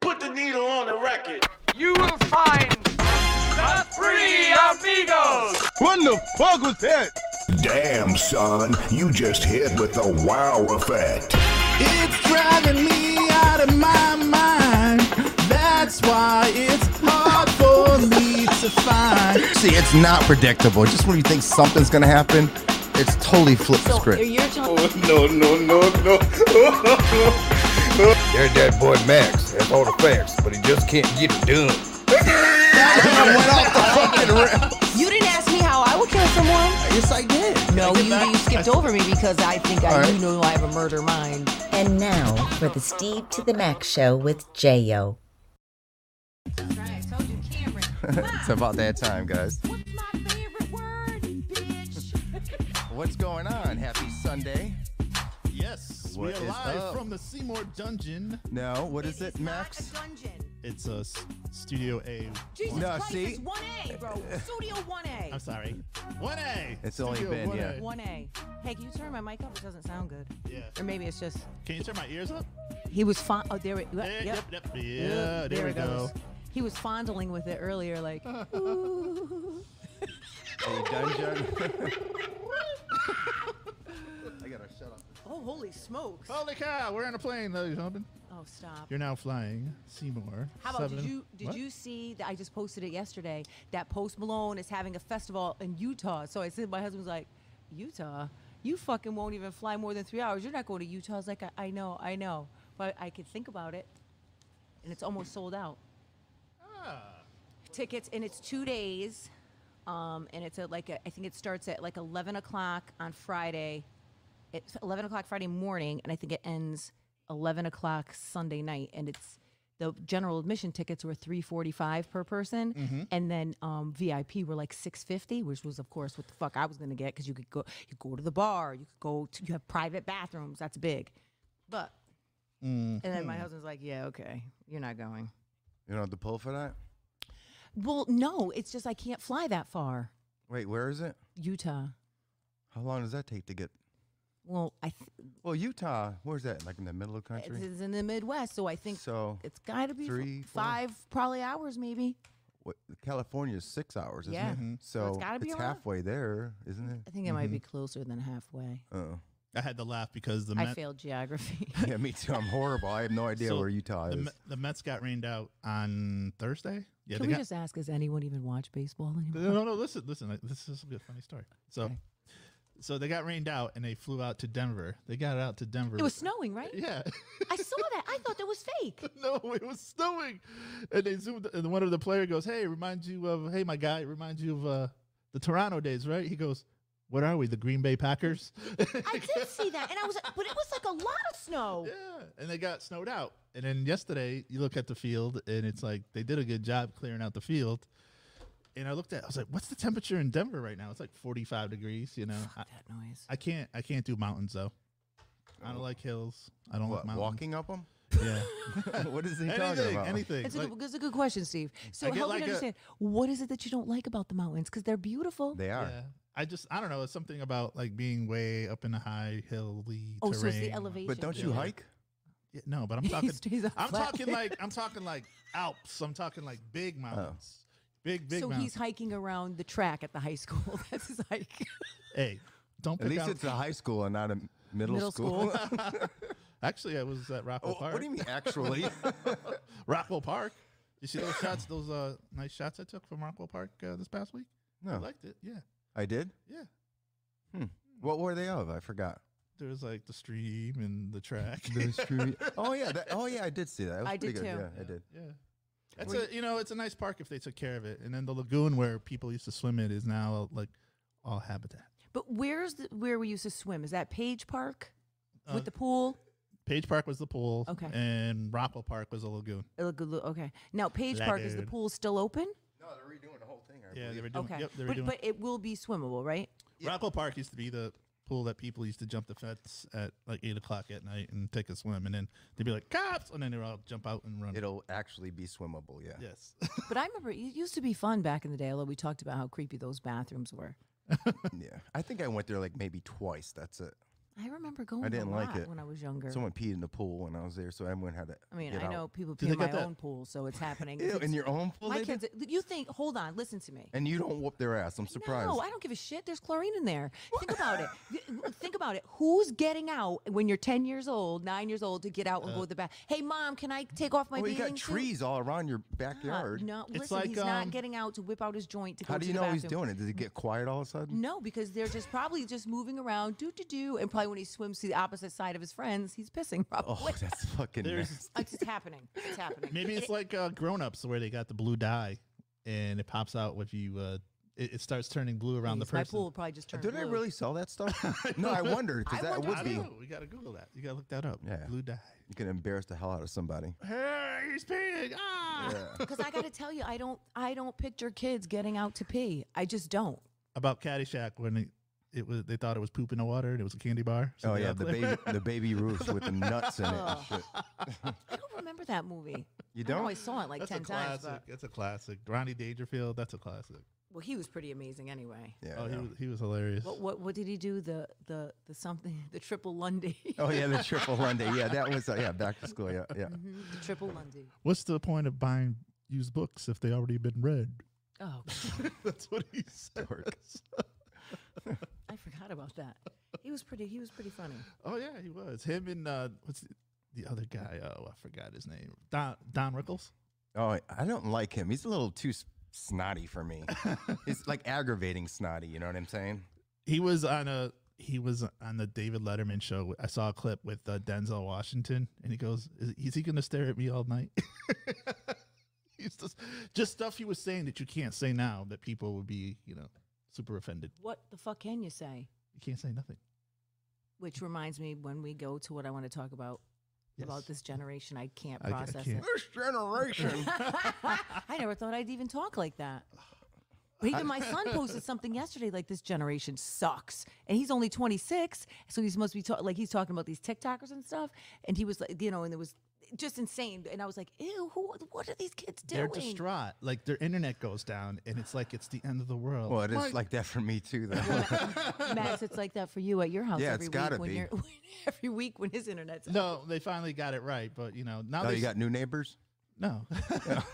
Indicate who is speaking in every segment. Speaker 1: put the needle on the record.
Speaker 2: You will find the three amigos.
Speaker 3: What the fuck was that?
Speaker 4: Damn, son, you just hit with the wow effect.
Speaker 5: It's driving me out of my mind. That's why it's hard for me to find.
Speaker 3: See, it's not predictable. Just when you think something's gonna happen, it's totally flipped the
Speaker 6: So
Speaker 3: script.
Speaker 6: you're telling
Speaker 3: Oh,
Speaker 7: There's that boy Max. That's all the facts, but he just can't get it done.
Speaker 3: I went off the fucking rail.
Speaker 6: you didn't ask me how I would kill someone.
Speaker 3: Yes, I did.
Speaker 6: No, you, you skipped over me because I think I
Speaker 3: All
Speaker 6: do know I have a murder mind.
Speaker 8: And now for the Steve to the Max show with J.O.
Speaker 3: It's about that time, guys. What's going on? Happy Sunday.
Speaker 5: Yes,
Speaker 3: What is
Speaker 5: we're live
Speaker 3: up?
Speaker 5: from the Seymour Dungeon.
Speaker 3: No, what is it, Max?
Speaker 5: It's a s- Studio A.
Speaker 6: Jesus
Speaker 3: No,
Speaker 6: Christ,
Speaker 3: see?
Speaker 6: it's 1A, bro. Studio 1A.
Speaker 5: I'm sorry, one A.
Speaker 3: It's only been, yeah.
Speaker 6: 1A. Hey, can you turn my mic up? It doesn't sound good.
Speaker 5: yeah.
Speaker 6: Or maybe it's just
Speaker 5: Can you turn my ears up?
Speaker 6: he was fond. Oh, there it.
Speaker 5: Yeah,
Speaker 6: Yep.
Speaker 5: yep, yep. Yeah, there, we
Speaker 6: it
Speaker 5: go.
Speaker 6: goes. He was fondling with it earlier, like.
Speaker 3: A dungeon. I gotta shut up.
Speaker 6: Oh, holy smokes!
Speaker 5: Holy cow, we're on a plane, ladies and gentlemen.
Speaker 6: Oh, stop.
Speaker 5: You're now flying Seymour.
Speaker 6: How about did
Speaker 5: seven-
Speaker 6: you did
Speaker 5: What?
Speaker 6: you see that I just posted it yesterday that Post Malone is having a festival in Utah? So I said my husband was like, Utah, you fucking won't even fly more than three hours. You're not going to Utah. I was like, I, I know, I know, but I could think about it, and it's almost sold out.
Speaker 9: Ah.
Speaker 6: Tickets and it's two days, um, and it's at like a, I think it starts at like 11 o'clock on Friday. It's 11 o'clock Friday morning, and I think it ends 11 o'clock Sunday night. And it's the general admission tickets were 345 per person, and then um, VIP were like 650, which was of course what the fuck I was gonna get because you could go you go to the bar, you could go to you have private bathrooms. That's big, but and then my husband's like, yeah, okay, you're not going.
Speaker 3: You don't have to pull for that?
Speaker 6: Well, no, it's just I can't fly that far,
Speaker 3: Wait, where is it?
Speaker 6: Utah.
Speaker 3: How long does that take to get?
Speaker 6: Well, I th-
Speaker 3: Well, Utah, where's that? Like in the middle of the
Speaker 6: it's,
Speaker 3: country?
Speaker 6: it's in the Midwest, so I think
Speaker 3: So,
Speaker 6: it's got to be f-
Speaker 3: three, four-
Speaker 6: five probably hours maybe.
Speaker 3: what, California's six hours, isn't
Speaker 6: Yeah.
Speaker 3: it?
Speaker 6: Mhm.
Speaker 3: So,
Speaker 6: it's gotta be
Speaker 3: it's
Speaker 6: around-
Speaker 3: halfway there, isn't it?
Speaker 6: I think it might
Speaker 9: Mm-hmm.
Speaker 6: be closer than halfway.
Speaker 3: Oh.
Speaker 9: I had to laugh because the
Speaker 6: I
Speaker 9: Met,
Speaker 6: failed geography.
Speaker 3: Yeah, me too. I'm horrible. I have no idea
Speaker 9: So,
Speaker 3: where Utah
Speaker 9: the,
Speaker 3: is.
Speaker 9: Me- the Mets got rained out on Thursday. Yeah,
Speaker 6: Can
Speaker 9: they
Speaker 6: we
Speaker 9: got,
Speaker 6: just ask, does anyone even watch baseball anymore?
Speaker 9: no, no, no. Listen, listen. like, This is gonna be a funny story. So, so they got rained out and they flew out to Denver. They got out to Denver.
Speaker 6: It was snowing, right?
Speaker 9: Yeah.
Speaker 6: I saw that. I thought that was fake.
Speaker 9: no, it was snowing, and they zoomed. And one of the player goes, "Hey, reminds you of hey, my guy, reminds you of uh, the Toronto days, right?" He goes, "What are we, the Green Bay Packers?"
Speaker 6: I did see that, and I was, but it was like a lot of snow.
Speaker 9: Yeah, and they got snowed out. And then yesterday, you look at the field, and it's like they did a good job clearing out the field. And I looked at, I was like, "What's the temperature in Denver right now? It's like 45 degrees." You know, I,
Speaker 6: That noise.
Speaker 9: I can't, I can't do mountains though. I don't like hills. I don't
Speaker 3: Oh. What,
Speaker 9: like mountains.
Speaker 3: walking up them?
Speaker 9: Yeah.
Speaker 3: what is he talking
Speaker 9: anything,
Speaker 3: about?
Speaker 9: anything.
Speaker 6: That's a,
Speaker 9: Like,
Speaker 6: good, that's a good question, Steve. So
Speaker 9: I get
Speaker 6: help
Speaker 9: like
Speaker 6: me
Speaker 9: a-
Speaker 6: understand. what is it that you don't like about the mountains? Because they're beautiful.
Speaker 3: They are.
Speaker 9: yeah. I just, I don't know. It's something about like being way up in a high hilly
Speaker 6: oh,
Speaker 9: terrain.
Speaker 6: so it's the elevation.
Speaker 3: But don't you
Speaker 9: Yeah.
Speaker 3: hike?
Speaker 9: Yeah, no, but I'm
Speaker 6: He
Speaker 9: talking.
Speaker 6: stays on
Speaker 9: I'm
Speaker 6: flat.
Speaker 9: talking like I'm talking like Alps. I'm talking like
Speaker 3: Oh.
Speaker 9: big mountains. Big, big
Speaker 6: so
Speaker 9: mountains.
Speaker 6: he's hiking around the track at the high school. That's his hike.
Speaker 9: Hey, don't
Speaker 3: At
Speaker 9: pick
Speaker 3: least
Speaker 9: on-
Speaker 3: it's a high school and not a m- middle,
Speaker 6: Middle
Speaker 3: school.
Speaker 9: Actually, I was at Rockwell
Speaker 3: Oh,
Speaker 9: Park.
Speaker 3: what do you mean, actually?
Speaker 9: Rockwell Park. You see those shots? Those uh, nice shots I took from Rockwell Park uh, this past week. I
Speaker 3: no,
Speaker 9: liked it. Yeah,
Speaker 3: I did. Hmm.
Speaker 9: yeah.
Speaker 3: What were they of? I forgot.
Speaker 9: There was like the stream and the track.
Speaker 3: oh yeah, that, oh yeah, I did see that. That was
Speaker 6: I did
Speaker 3: pretty good.
Speaker 6: too.
Speaker 3: Yeah, I did.
Speaker 9: yeah. That's a you know it's a nice park if they took care of it. And then the lagoon where people used to swim in is now like all habitat.
Speaker 6: But where's the, where we used to swim? Is that Page Park with
Speaker 9: Uh,
Speaker 6: the pool?
Speaker 9: Page Park was the pool.
Speaker 6: Okay.
Speaker 9: And Rockwell Park was a lagoon.
Speaker 6: Uh, good lo- Okay. Now Page Park is the
Speaker 9: Lagoon.
Speaker 6: pool still open?
Speaker 3: No, they're redoing the whole thing.
Speaker 9: Yeah, they were doing.
Speaker 6: Okay.
Speaker 9: Yep, they were
Speaker 6: but
Speaker 9: doing.
Speaker 6: but it will be swimmable, right?
Speaker 9: Rockwell Park used to be the pool that people used to jump the fence at like eight o'clock at night and take a swim, and then they'd be like cops, and then they'd all jump out and run.
Speaker 3: It'll actually be swimmable. Yeah.
Speaker 9: yes,
Speaker 6: But I remember it used to be fun back in the day. Although we talked about how creepy those bathrooms were.
Speaker 3: yeah. I think I went there like maybe twice. That's it.
Speaker 6: I remember going.
Speaker 3: I didn't
Speaker 6: a
Speaker 3: like
Speaker 6: lot
Speaker 3: it.
Speaker 6: when I was younger.
Speaker 3: Someone peed in the pool when I was there, so everyone had to.
Speaker 6: I mean,
Speaker 3: get
Speaker 6: I
Speaker 3: out.
Speaker 6: know people pee
Speaker 9: Do they
Speaker 6: in my
Speaker 9: got that-
Speaker 6: own pool, so it's happening.
Speaker 3: Ew,
Speaker 6: It's-
Speaker 3: in your own pool,
Speaker 6: my
Speaker 3: they do?
Speaker 6: kids. You think? Hold on, listen to me.
Speaker 3: and you don't whoop their ass. I'm surprised.
Speaker 6: No, I don't give a shit. There's chlorine in there. Think about it. Th- Think about it. Who's getting out when you're 10 years old, nine years old to get out and go to the bath? Hey, mom, can I take off my
Speaker 3: Uh. well, you
Speaker 6: bathing
Speaker 3: got trees all around your
Speaker 6: suit? Uh,
Speaker 3: backyard.
Speaker 6: no,
Speaker 9: It's
Speaker 6: listen,
Speaker 9: like,
Speaker 6: he's
Speaker 9: um,
Speaker 6: not getting out to whip out his joint to go
Speaker 3: How do
Speaker 6: to
Speaker 3: you
Speaker 6: the
Speaker 3: know he's
Speaker 6: bathroom.
Speaker 3: doing it? Does it get quiet all of a sudden?
Speaker 6: No, because they're just probably just moving around, do do do, and probably when he swims to the opposite side of his friends, he's pissing. Probably.
Speaker 3: Oh, that's fucking.
Speaker 9: There's-
Speaker 3: nasty.
Speaker 6: it's just happening. It's happening.
Speaker 9: Maybe it's
Speaker 6: It-
Speaker 9: like uh, grown ups where they got the blue dye and it pops out if you, uh, it, it starts turning blue around the
Speaker 6: Jeez, my
Speaker 9: person.
Speaker 6: pool will probably just turned
Speaker 3: Do they
Speaker 6: blue.
Speaker 3: really sell that stuff? no, I wondered because
Speaker 6: I
Speaker 3: that
Speaker 6: wonder-
Speaker 9: I
Speaker 3: would be.
Speaker 9: don't know. We got to Google that. You got to look that up.
Speaker 3: Yeah.
Speaker 9: Blue dye.
Speaker 3: You can embarrass the hell out of somebody.
Speaker 9: Hey, he's peeing. Ah.
Speaker 6: Because I got to tell you, I don't, I don't picture kids getting out to pee. I just don't.
Speaker 9: About Caddyshack when it, it was, they thought it was poop in the water and it was a candy bar.
Speaker 3: Oh
Speaker 9: Something
Speaker 3: yeah,
Speaker 9: out
Speaker 3: the baby,
Speaker 9: there.
Speaker 3: the baby roofs with the nuts in it. and
Speaker 6: Ugh.
Speaker 3: shit.
Speaker 6: I don't remember that movie.
Speaker 3: You
Speaker 6: I know I
Speaker 3: don't?
Speaker 6: saw it like
Speaker 9: That's a
Speaker 6: ten times.
Speaker 9: classic.
Speaker 6: But,
Speaker 9: That's a classic. Ronnie Dangerfield. That's a classic.
Speaker 6: well, he was pretty amazing anyway.
Speaker 3: Yeah.
Speaker 9: Oh,
Speaker 3: I
Speaker 9: he
Speaker 3: know.
Speaker 9: was, he was hilarious.
Speaker 6: What what what did he do? The the the something the triple Lundy.
Speaker 3: Oh yeah, the triple Lundy. Yeah, that was uh, yeah back to school. Yeah, yeah.
Speaker 6: Mhm, the triple Lundy.
Speaker 9: What's the point of buying used books if they already been read?
Speaker 6: Oh,
Speaker 9: That's what he said.
Speaker 3: Dork.
Speaker 6: I forgot about that. He was pretty. He was pretty funny.
Speaker 9: Oh yeah, he was. Him and uh, what's the, the other guy? Oh, I forgot his name. Don Don Rickles.
Speaker 3: Oh, I- I don't like him. He's a little too s- snotty for me. It's like aggravating snotty. You know what I'm saying?
Speaker 9: He was on a he was on the David Letterman show. I saw a clip with uh, Denzel Washington, and he goes, "Is, is he going to stare at me all night?" He's just, just stuff he was saying that you can't say now that people would be you know super offended.
Speaker 6: What the fuck can you say?
Speaker 9: You can't say nothing.
Speaker 6: Which reminds me, when we go to what I want to talc about about
Speaker 9: Yes.
Speaker 6: this generation, I can't
Speaker 9: I ca- I
Speaker 6: process
Speaker 9: can't.
Speaker 6: it.
Speaker 3: This generation.
Speaker 6: I never thought I'd even talk like that. But even my son posted something yesterday like this generation sucks, and he's only 26, so he's supposed to be ta- like he's talking about these TikTokers and stuff, and he was like, you know, and it was just insane, and I was like, ew, who? What are these kids doing?
Speaker 9: They're distraught. Like their internet goes down, and it's like it's the end of the world.
Speaker 3: well, it is like that for me too, though.
Speaker 6: Max, it's like that for you at your house.
Speaker 3: Yeah,
Speaker 6: every
Speaker 3: it's gotta
Speaker 6: week when
Speaker 3: be.
Speaker 6: You're, every week when his internet's out.
Speaker 9: No, they finally got it right, but you know now
Speaker 3: oh,
Speaker 9: they
Speaker 3: you
Speaker 9: s-
Speaker 3: got new neighbors?
Speaker 9: no.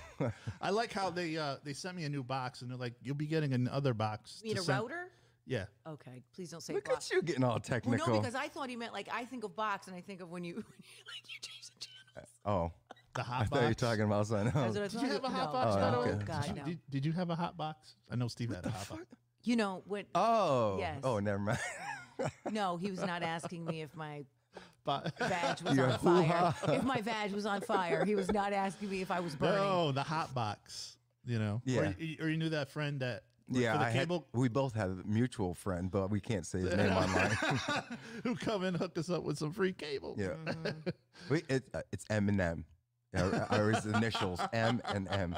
Speaker 9: I like how they uh, they sent me a new box, and they're like, "You'll be getting another box."
Speaker 6: you need
Speaker 9: to
Speaker 6: a
Speaker 9: send-"
Speaker 6: router.
Speaker 9: Yeah,
Speaker 6: Okay, please don't say
Speaker 3: Look
Speaker 6: box.
Speaker 3: at you getting all
Speaker 6: Well,
Speaker 3: technical.
Speaker 6: no, because I thought he meant like I think of box, and I think of when you when you, like you change the channel.
Speaker 3: oh,
Speaker 9: the hot
Speaker 3: I
Speaker 9: box.
Speaker 3: thought you were talking about something else.
Speaker 6: That's what I
Speaker 9: Oh. Did you
Speaker 6: thought.
Speaker 9: have a hot
Speaker 6: No.
Speaker 9: box?
Speaker 3: Oh,
Speaker 9: by the
Speaker 3: no.
Speaker 9: way?
Speaker 3: okay.
Speaker 9: Did
Speaker 6: God,
Speaker 9: you-
Speaker 6: no.
Speaker 9: Did, did you have a hot box? I know Steve had a hot box.
Speaker 6: You know what?
Speaker 3: Oh,
Speaker 6: Yes.
Speaker 3: oh, never mind.
Speaker 6: No, he was not asking me if my
Speaker 9: But
Speaker 6: vag was
Speaker 3: Your
Speaker 6: on fire. If my vag was on fire, he was not asking me if I was burning.
Speaker 9: no, the hot box. You know,
Speaker 3: Yeah.
Speaker 9: Or, you- or you knew that friend that worked
Speaker 3: yeah,
Speaker 9: for the
Speaker 3: I had,
Speaker 9: cable
Speaker 3: we both have a mutual friend, but we can't say his name online.
Speaker 9: who come and hooked us up with some free cable.
Speaker 3: Yeah,
Speaker 9: Mm-hmm.
Speaker 3: we, it, uh, it's M and M, or or his initials M and M.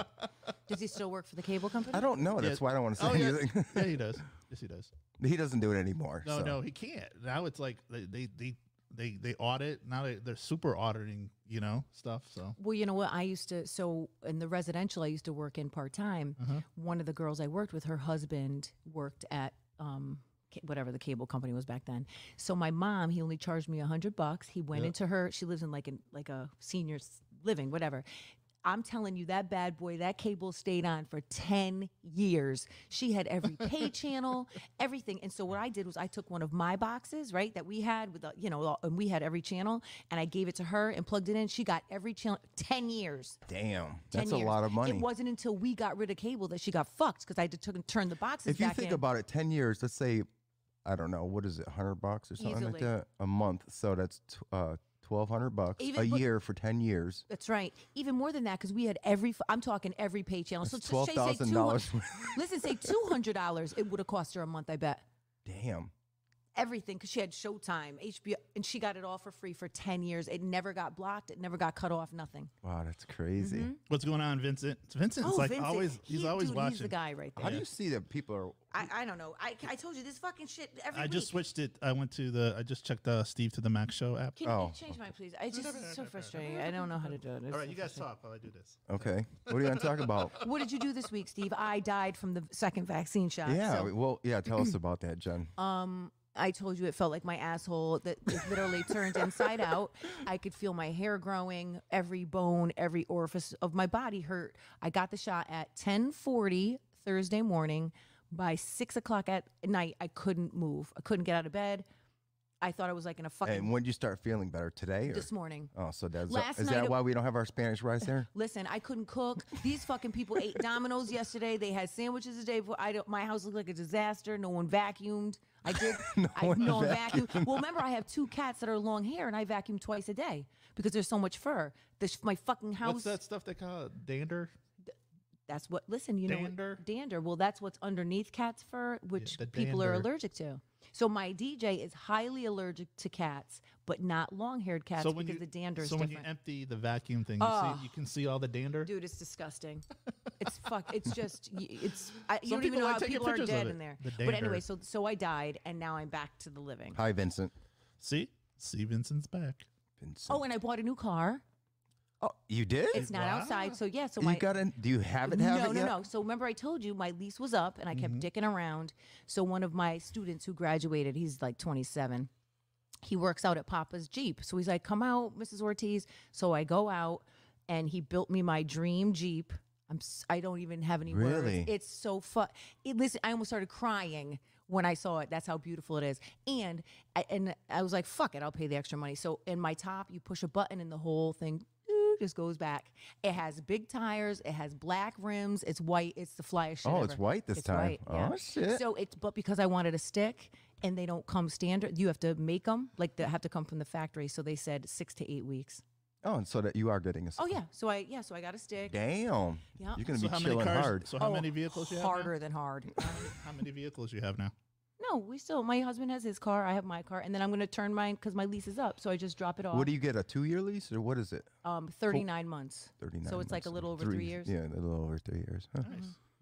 Speaker 6: Does he still work for the cable company?
Speaker 3: I don't know. That's
Speaker 9: Yes.
Speaker 3: why I don't want to say
Speaker 9: Oh, yeah.
Speaker 3: anything.
Speaker 9: yeah, he does. Yes, he does.
Speaker 3: he doesn't do it anymore.
Speaker 9: No,
Speaker 3: so.
Speaker 9: no, he can't. Now it's like they they they they, they audit now. They, they're super auditing, you know, stuff. So
Speaker 6: Well, you know what? I used to, so in the residential I used to work in part time,
Speaker 3: Mm-hmm.
Speaker 6: one of the girls I worked with, her husband worked at um, ca- whatever the cable company was back then. So my mom, he only charged me a hundred bucks. He went into her, she lives in like an, like a senior's living, whatever. I'm telling you, that bad boy, that cable stayed on for 10 years. She had every pay channel, everything. And so what I did was I took one of my boxes, right, that we had with, the, you know, all- and we had every channel, and I gave it to her and plugged it in. She got every channel, 10 years.
Speaker 3: Damn,
Speaker 6: 10
Speaker 3: that's a
Speaker 6: years.
Speaker 3: lot of money.
Speaker 6: It wasn't until we got rid of cable that she got fucked because I had to took and turn the boxes
Speaker 3: if you
Speaker 6: back
Speaker 3: think
Speaker 6: in.
Speaker 3: about it, ten years. Let's say, I don't know, what is it, hundred bucks or something
Speaker 6: Easily.
Speaker 3: like that a month. So that's t- uh, twelve hundred bucks
Speaker 6: Even
Speaker 3: a
Speaker 6: put-
Speaker 3: year for ten years.
Speaker 6: That's right. Even more than that, because we had every. f- I'm talking every pay channel. So
Speaker 3: That's
Speaker 6: t- say- say
Speaker 3: $12,000
Speaker 6: 200 Listen, say two hundred dollars. It would have cost her a month. I bet.
Speaker 3: Damn.
Speaker 6: everything because she had Showtime, HBO, and she got it all for free for 10 years. It never got blocked, it never got cut off, nothing.
Speaker 3: Wow, that's crazy.
Speaker 6: Mm-hmm.
Speaker 9: what's going on, Vincent? Vincent's like
Speaker 6: Oh, Vincent,
Speaker 9: always. He's
Speaker 6: he-
Speaker 9: always
Speaker 6: dude,
Speaker 9: watching.
Speaker 6: He's the guy right
Speaker 3: How
Speaker 6: there.
Speaker 3: do you see that people are?
Speaker 6: I, I don't know. I, I told you this fucking shit every
Speaker 9: I
Speaker 6: week.
Speaker 9: just switched it. I went to the. I just checked uh, Steve to the Max Show app.
Speaker 6: Can
Speaker 3: Oh,
Speaker 6: you change mine, please? I just it's so frustrating. I don't know how to do it. It's
Speaker 9: All
Speaker 6: so
Speaker 9: right, you guys
Speaker 6: frustrating.
Speaker 9: talk while I do this.
Speaker 3: Okay, what are you gonna talk about?
Speaker 6: What did you do this week, Steve? I died from the second vaccine shot.
Speaker 3: Yeah,
Speaker 6: so-
Speaker 3: well, yeah. Tell us about that, Jen.
Speaker 6: Um, I told you it felt like my asshole that it literally turned inside out. I could feel my hair growing, every bone, every orifice of my body hurt. I got the shot at 1040 Thursday morning. By six o'clock at night, I couldn't move. I couldn't get out of bed. I thought I was like in a fucking
Speaker 3: And when did you start feeling better today? Or?
Speaker 6: this morning.
Speaker 3: oh, so that's
Speaker 6: Last
Speaker 3: is
Speaker 6: night
Speaker 3: that
Speaker 6: it-
Speaker 3: why we don't have our Spanish rice there?
Speaker 6: Listen, I couldn't cook. These fucking people ate Domino's yesterday. They had sandwiches the day before. I don't, my house looked like a disaster. No one vacuumed. I did. no I,
Speaker 3: one
Speaker 6: no vacuumed. Well, remember, I have two cats that are long hair, and I vacuum twice a day because there's so much fur. This my fucking house.
Speaker 9: What's that stuff they call it? dander?
Speaker 6: That's what. Listen, you know what-
Speaker 9: Dander?
Speaker 6: Dander. Well, that's what's underneath cat's fur, which
Speaker 9: the
Speaker 6: people are
Speaker 9: dander.
Speaker 6: allergic to. So my DJ is highly allergic to cats, but not long-haired cats because the dander is
Speaker 9: so when
Speaker 6: different.
Speaker 9: you empty the vacuum thing, you,
Speaker 6: Oh.
Speaker 9: see, you can see all the dander.
Speaker 6: Dude, it's disgusting. It's fuck. It's just. y- It's. I, you
Speaker 9: Some
Speaker 6: don't even
Speaker 9: people
Speaker 6: know
Speaker 9: like
Speaker 6: how
Speaker 9: taking
Speaker 6: people are
Speaker 9: pictures of
Speaker 6: dead
Speaker 9: it,
Speaker 6: in there.
Speaker 9: the
Speaker 6: But anyway,
Speaker 9: dander.
Speaker 6: so so I died, and now I'm back to the living.
Speaker 3: Hi, Vincent.
Speaker 9: See, see, Vincent's back.
Speaker 3: Vincent.
Speaker 6: Oh, and I bought a new car.
Speaker 3: Oh, you did?
Speaker 6: It's not outside, so yeah. So
Speaker 3: you
Speaker 6: my
Speaker 3: got in? Do you have it? Have
Speaker 6: no,
Speaker 3: it
Speaker 6: no,
Speaker 3: yet?
Speaker 6: no. So remember, I told you my lease was up, and I kept dicking around. So one of my students who graduated, he's like 27. He works out at Papa's Jeep, so he's like, "Come out, Mrs. Ortiz." So I go out, and he built me my dream Jeep. I'm s- I don't even have any
Speaker 3: Really?
Speaker 6: words. It's so fun. It, listen, I almost started crying when I saw it. That's how beautiful it is. And I, and I was like, "Fuck it, I'll pay the extra money." So in my top, you push a button, and the whole thing ooh, just goes back. It has big tires. It has black rims. It's white. It's the flyest shit.
Speaker 3: Oh, it's
Speaker 6: ever.
Speaker 3: white this
Speaker 6: It's
Speaker 3: time.
Speaker 6: white, yeah.
Speaker 3: Oh, shit.
Speaker 6: So it's but because I wanted a stick. And they don't come standard. You have to make them, like they have to come from the factory. So they said six to eight weeks.
Speaker 3: Oh, and so that you are getting a.
Speaker 6: Oh yeah. So I yeah. So I got a stick.
Speaker 3: Damn.
Speaker 6: Yeah.
Speaker 3: You're gonna
Speaker 9: So
Speaker 3: be
Speaker 9: how many
Speaker 3: chilling
Speaker 9: cars?
Speaker 3: hard.
Speaker 9: So how
Speaker 6: Oh,
Speaker 9: many vehicles you have? now?
Speaker 6: Harder than hard.
Speaker 9: How many- How many vehicles you have now?
Speaker 6: No, we still. My husband has his car. I have my car, and then I'm going to turn mine because my lease is up. So I just drop it off.
Speaker 3: What do you get? A two-year lease or what is it?
Speaker 6: um, 39 months.
Speaker 3: Thirty-nine.
Speaker 6: So it's like a
Speaker 3: months.
Speaker 6: little over three, years.
Speaker 3: Yeah, a little over three years. Huh.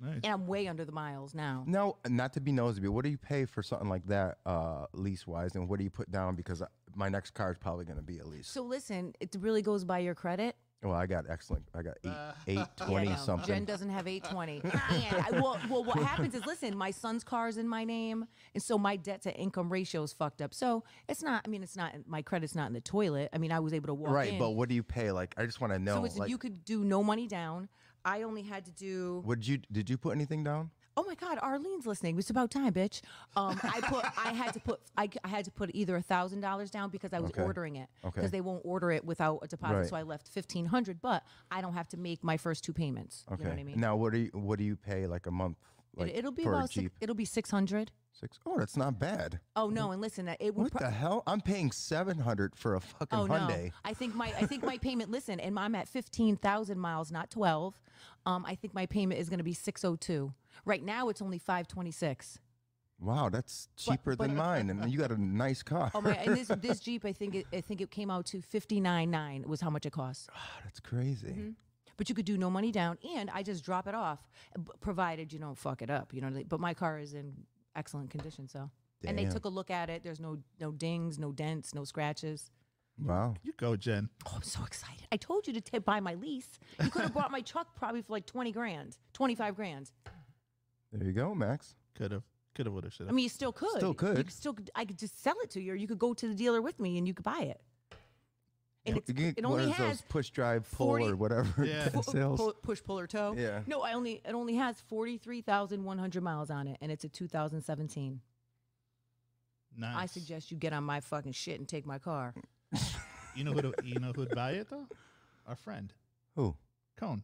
Speaker 9: Nice.
Speaker 6: And I'm way under the miles now.
Speaker 3: Now, not to be nosy, but what do you pay for something like that, uh, lease-wise, and what do you put down? Because I, my next car is probably gonna be a lease.
Speaker 6: So listen, it really goes by your credit.
Speaker 3: well, I got excellent. I got eight, eight
Speaker 6: Uh, Yeah,
Speaker 3: twenty
Speaker 6: no,
Speaker 3: something.
Speaker 6: Jen doesn't have 820. and I, well, well, what happens is, listen, my son's car's in my name, and so my debt to income ratio is fucked up. So it's not. I mean, it's not. My credit's not in the toilet. I mean, I was able to walk
Speaker 3: right,
Speaker 6: in.
Speaker 3: but what do you pay? Like, I just want to know.
Speaker 6: so it's,
Speaker 3: like,
Speaker 6: you could do no money down. I only had to do.
Speaker 3: would you did you put anything down?
Speaker 6: Oh my God, Arlene's listening. It's about time, bitch. Um, I put, I had to put, I, I had to put either a thousand dollars down because I was
Speaker 3: Okay.
Speaker 6: ordering it because
Speaker 3: Okay.
Speaker 6: they won't order it without a deposit.
Speaker 3: Right.
Speaker 6: So I left fifteen hundred, but I don't have to make my first two payments.
Speaker 3: Okay.
Speaker 6: You know what I mean?
Speaker 3: Now, what do you what do you pay like a month? Like
Speaker 6: it, will be
Speaker 3: for
Speaker 6: about
Speaker 3: a
Speaker 6: six,
Speaker 3: Jeep?
Speaker 6: it'll be six hundred.
Speaker 3: Six. Oh, that's not bad.
Speaker 6: Oh no, and listen, that it would.
Speaker 3: What the hell? I'm paying seven hundred for a fucking
Speaker 6: Oh
Speaker 3: Hyundai.
Speaker 6: no! I think my I think my payment. Listen, and I'm at fifteen thousand miles, not twelve. Um, I think my payment is going to be six oh two. Right now, it's only five twenty six.
Speaker 3: Wow, that's cheaper than mine, and you got a nice car.
Speaker 6: Oh my! And this this Jeep, I think it, I think it came out to fifty nine nine was how much it cost.
Speaker 3: Ah, that's crazy.
Speaker 6: But you could do no money down, and I just drop it off, b- provided you don't fuck it up. You know. like- But my car is in excellent condition, so. And they
Speaker 3: Damn.
Speaker 6: took a look at it. There's no no dings, no dents, no scratches.
Speaker 3: Wow.
Speaker 9: You go, Jen.
Speaker 6: Oh, I'm so excited! I told you to t- buy my lease. You could have bought my truck probably for like twenty grand, twenty five grand.
Speaker 3: There you go, Max.
Speaker 9: Could have, could have, would have,
Speaker 6: I
Speaker 9: should have.
Speaker 6: mean, you still could.
Speaker 3: Still could.
Speaker 6: You still. Could, I could just sell it to you, or you could go to the dealer with me, and you could buy it. And it's,
Speaker 3: You get
Speaker 6: it
Speaker 3: one
Speaker 6: only
Speaker 3: of those
Speaker 6: has
Speaker 3: push drive pull
Speaker 6: 40
Speaker 3: or whatever
Speaker 9: Yeah.
Speaker 3: that
Speaker 6: pu-
Speaker 3: sells.
Speaker 6: pu- push pull or tow.
Speaker 3: Yeah.
Speaker 6: No, I only it only has forty three thousand one hundred miles on it, and it's a two thousand seventeen.
Speaker 9: nice.
Speaker 6: I suggest you get on my fucking shit and take my car.
Speaker 9: You know who? To, you know who'd buy it though? Our friend
Speaker 3: Who?
Speaker 9: Cone.